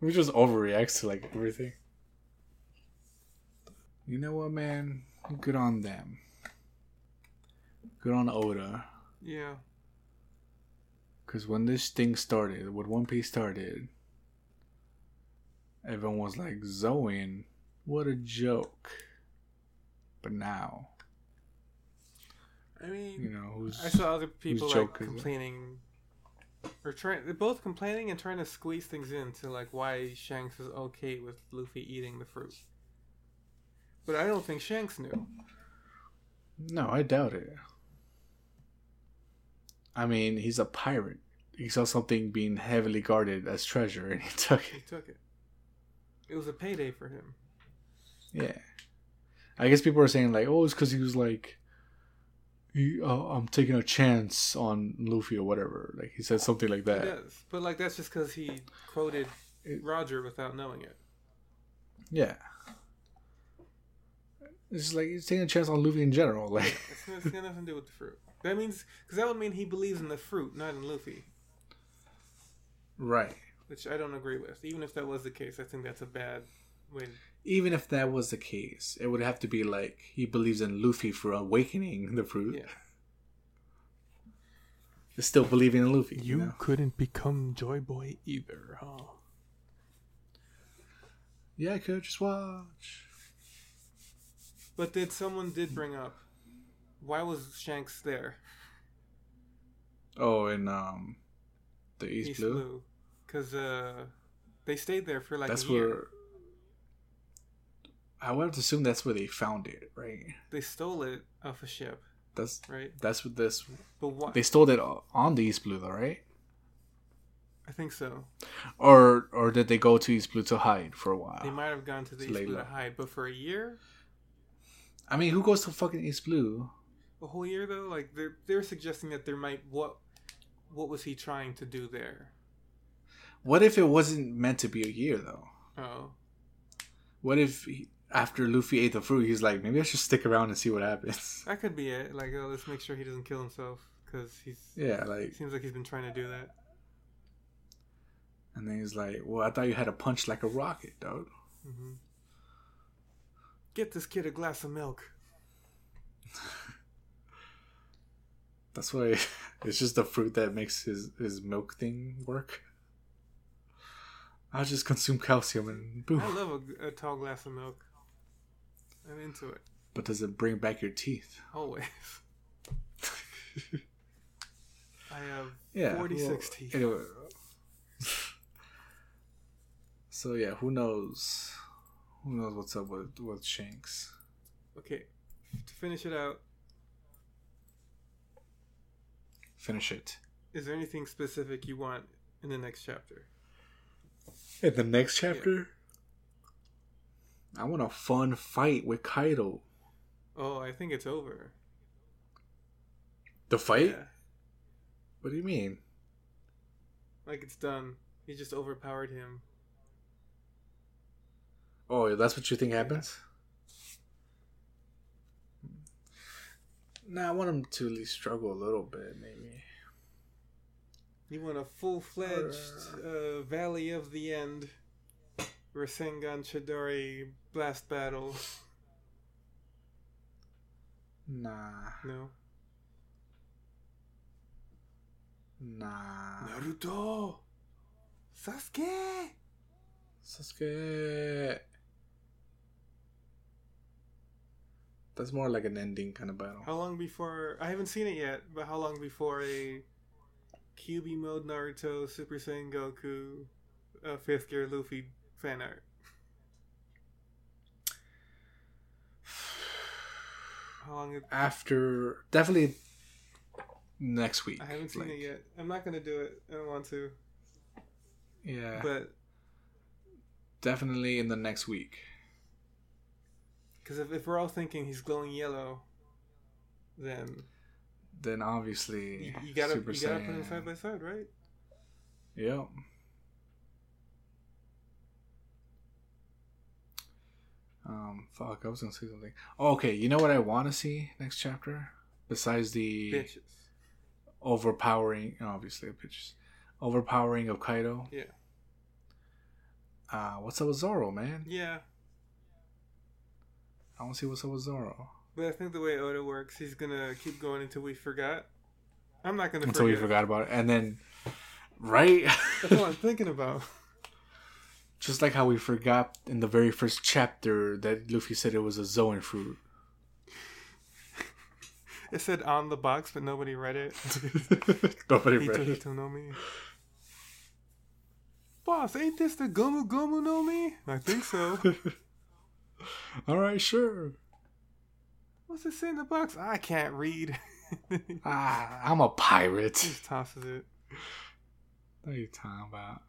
Speaker 2: we just overreact to like everything. You know what, man? Good on them. Good on Oda.
Speaker 1: Yeah.
Speaker 2: Because when this thing started, when One Piece started, everyone was like, Zoan, what a joke. But now,
Speaker 1: I mean,
Speaker 2: you know, who's.
Speaker 1: I saw other people like
Speaker 2: joke is it?
Speaker 1: complaining, or trying. They're both complaining and trying to squeeze things into like why Shanks is okay with Luffy eating the fruit. But I don't think Shanks knew.
Speaker 2: No, I doubt it. I mean, he's a pirate. He saw something being heavily guarded as treasure and he took
Speaker 1: He
Speaker 2: it.
Speaker 1: took it. It was a payday for him.
Speaker 2: Yeah. I guess people are saying, like, oh, it's because he was like, he, oh, I'm taking a chance on Luffy or whatever. Like, he said something like
Speaker 1: He
Speaker 2: that.
Speaker 1: does, but like that's just because he quoted
Speaker 2: It-
Speaker 1: Roger without knowing it.
Speaker 2: Yeah. It's just like he's taking a chance on Luffy in general. Like,
Speaker 1: It's, it's got nothing to do with the fruit. That means because that would mean he believes in the fruit, not in Luffy,
Speaker 2: right.
Speaker 1: which I don't agree with. Even if that was the case, I think that's a bad way.
Speaker 2: Even if that was the case, it would have to be like he believes in Luffy for awakening the fruit.
Speaker 1: Yeah.
Speaker 2: is still believing in Luffy.
Speaker 1: You
Speaker 2: You, know?
Speaker 1: couldn't become Joy Boy either, huh?
Speaker 2: yeah, I could just watch.
Speaker 1: But did someone did bring up why was Shanks there?
Speaker 2: Oh, and um, the East, Blue.
Speaker 1: Because uh, they stayed there for like
Speaker 2: that's
Speaker 1: a year.
Speaker 2: where. I would have to assume that's where they found it, right?
Speaker 1: They stole it off a ship,
Speaker 2: That's
Speaker 1: right?
Speaker 2: that's what this.
Speaker 1: But why?
Speaker 2: They stole it o- on the East Blue, though, right?
Speaker 1: I think so.
Speaker 2: Or or did they go to East Blue to hide for a
Speaker 1: They
Speaker 2: while?
Speaker 1: might have gone to the
Speaker 2: It's
Speaker 1: East Blue to
Speaker 2: Layla.
Speaker 1: hide, but for a year,
Speaker 2: I mean, who goes to fucking East Blue?
Speaker 1: a whole year though, like they're they're suggesting that there might what what was he trying to do there?
Speaker 2: What if it wasn't meant to be a year though?
Speaker 1: Oh,
Speaker 2: What if he- after Luffy ate the fruit, he's like, maybe I should stick around and see what happens.
Speaker 1: that could be it. Like, oh, let's make sure he doesn't kill himself because he's
Speaker 2: Yeah, like,
Speaker 1: seems like he's been trying to do that.
Speaker 2: and then he's like, well, I thought you had a punch like a rocket, dog.
Speaker 1: hmm Get this kid a glass of milk.
Speaker 2: That's why it's just the fruit that makes his his milk thing work. I just consume calcium and boom.
Speaker 1: I love a, a tall glass of milk. I'm into it
Speaker 2: But does it bring back your teeth?
Speaker 1: always. I have
Speaker 2: Yeah.
Speaker 1: 46
Speaker 2: well,
Speaker 1: teeth.
Speaker 2: Anyway. so yeah, who knows? Who knows what's up with with Shanks?
Speaker 1: okay. To finish it out,
Speaker 2: Finish it.
Speaker 1: is there anything specific you want in the next chapter?
Speaker 2: In the next chapter, I want a fun fight with Kaido.
Speaker 1: Oh, I think it's over.
Speaker 2: The fight?
Speaker 1: Yeah,
Speaker 2: What do you mean?
Speaker 1: like it's done. He just overpowered him.
Speaker 2: Oh, that's what you think happens? Nah, I want him to at least struggle a little bit, maybe.
Speaker 1: You want a full fledged uh, Valley of the End Rasengan Chidori blast battle?
Speaker 2: Nah,
Speaker 1: No.
Speaker 2: nah.
Speaker 1: Naruto! Sasuke!
Speaker 2: Sasuke. That's more like an ending kind of battle.
Speaker 1: How long before. I haven't seen it yet, but how long before a QB mode Naruto Super Saiyan Goku uh, fifth gear Luffy fan art? How long it-
Speaker 2: After definitely next week.
Speaker 1: I haven't seen
Speaker 2: like,
Speaker 1: it yet. I'm not gonna do it. I don't want to.
Speaker 2: Yeah,
Speaker 1: But
Speaker 2: definitely in the next week.
Speaker 1: because if, if we're all thinking he's glowing yellow, then
Speaker 2: Then obviously
Speaker 1: you, you gotta
Speaker 2: Super
Speaker 1: you gotta put him
Speaker 2: Saiyan-
Speaker 1: side by side, right?
Speaker 2: Yep. Um, fuck, I was gonna say something. Oh, okay, you know what I want to see next chapter? Besides the
Speaker 1: Bitches.
Speaker 2: overpowering, obviously, bitches, overpowering of Kaido.
Speaker 1: Yeah.
Speaker 2: Uh, what's up with Zoro, man?
Speaker 1: Yeah,
Speaker 2: I want to see what's up with Zoro.
Speaker 1: but I think the way Oda works, he's gonna keep going until we forgot. I'm not gonna
Speaker 2: Until we
Speaker 1: forget.
Speaker 2: forgot about it. And then, right?
Speaker 1: That's all I'm thinking about.
Speaker 2: Just like how we forgot in the very first chapter that Luffy said it was a Zoan fruit.
Speaker 1: It said on the box, but nobody read it.
Speaker 2: Nobody
Speaker 1: Hito
Speaker 2: read it.
Speaker 1: Hito no Mi. Boss, ain't this the Gomu Gomu no Mi? I think so.
Speaker 2: All right, sure.
Speaker 1: What's this in the box? I can't read. he
Speaker 2: Ah, I'm a pirate.
Speaker 1: just tosses it.
Speaker 2: What are you talking about?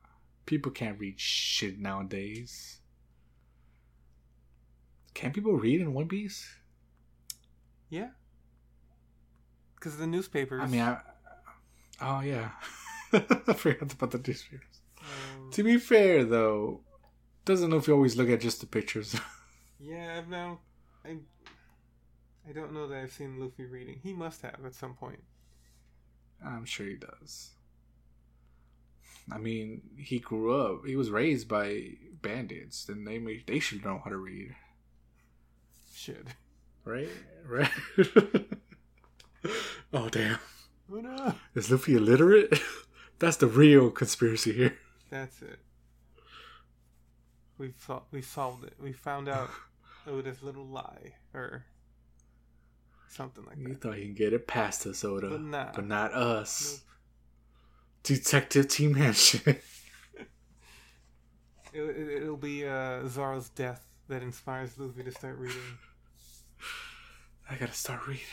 Speaker 2: People can't read shit nowadays. Can people read in One Piece?
Speaker 1: Yeah. Because the newspapers.
Speaker 2: I mean, I. Oh yeah, I forgot about the newspapers.
Speaker 1: um,
Speaker 2: To be fair, though, doesn't know if you always look at just the pictures.
Speaker 1: yeah, I've now. I, I don't know that I've seen Luffy reading. He must have at some point.
Speaker 2: I'm sure he does. I mean, he grew up. He was raised by bandits, and they make, they should know how to read.
Speaker 1: Shit.
Speaker 2: Right? Right. oh damn.
Speaker 1: Oh no!
Speaker 2: Is Luffy illiterate? That's the real conspiracy here.
Speaker 1: That's it. We've sol- we solved it. We found out Oda's little lie or something like
Speaker 2: You
Speaker 1: that.
Speaker 2: thought you can get it past us, Oda,
Speaker 1: But nah.
Speaker 2: but not us.
Speaker 1: Nope.
Speaker 2: Detective Team Mansion.
Speaker 1: It, it, it'll be uh, Zara's death that inspires Luffy to start reading.
Speaker 2: I gotta start reading.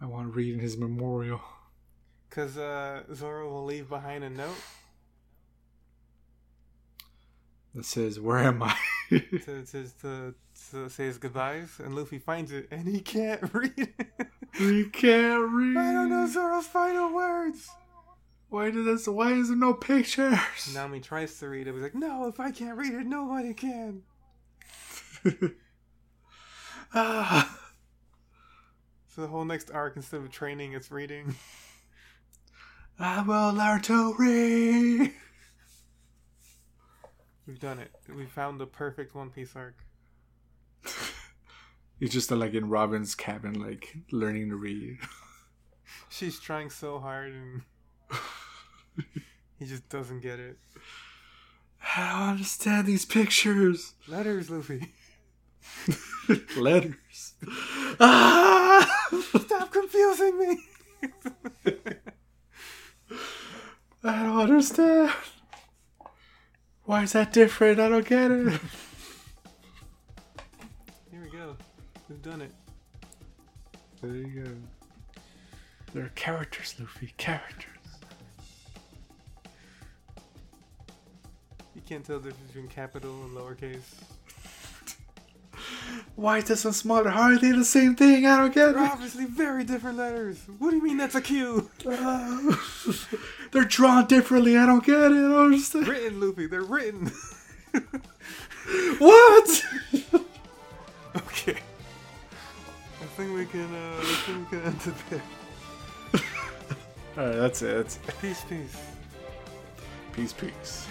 Speaker 2: I want to read in his memorial.
Speaker 1: Because uh, Zoro will leave behind a note
Speaker 2: That says, "Where am I?"
Speaker 1: to, to, to, to say his goodbyes, and Luffy finds it, and he can't read it.
Speaker 2: we can't read.
Speaker 1: I don't know Zoro's final words!
Speaker 2: Why did this? Why is there no pictures?
Speaker 1: Nami tries to read it, but he's like, no, if I can't read it, nobody can!
Speaker 2: ah.
Speaker 1: So the whole next arc, instead of training, it's reading.
Speaker 2: I will learn to read.
Speaker 1: We've done it. We found the perfect One Piece arc.
Speaker 2: It's just like in Robin's cabin, like learning to read.
Speaker 1: She's trying so hard, and he just doesn't get it.
Speaker 2: I don't understand these pictures.
Speaker 1: Letters, Luffy.
Speaker 2: Letters. Ah!
Speaker 1: Stop confusing me!
Speaker 2: I don't understand. Why is that different? I don't get it.
Speaker 1: Here we go. We've done it.
Speaker 2: There you go. There are characters, Luffy. Characters.
Speaker 1: You can't tell the difference between capital and lowercase.
Speaker 2: Why is this one smaller? How are they the same thing? I don't get
Speaker 1: They're
Speaker 2: it.
Speaker 1: obviously very different letters. What do you mean that's a Q?
Speaker 2: They're drawn differently. I don't get it. I don't understand.
Speaker 1: written, Luffy. They're written.
Speaker 2: What?
Speaker 1: okay. I think we can. Uh, I think we can end it there.
Speaker 2: All right, that's it. That's it.
Speaker 1: Peace, peace.
Speaker 2: Peace, peace.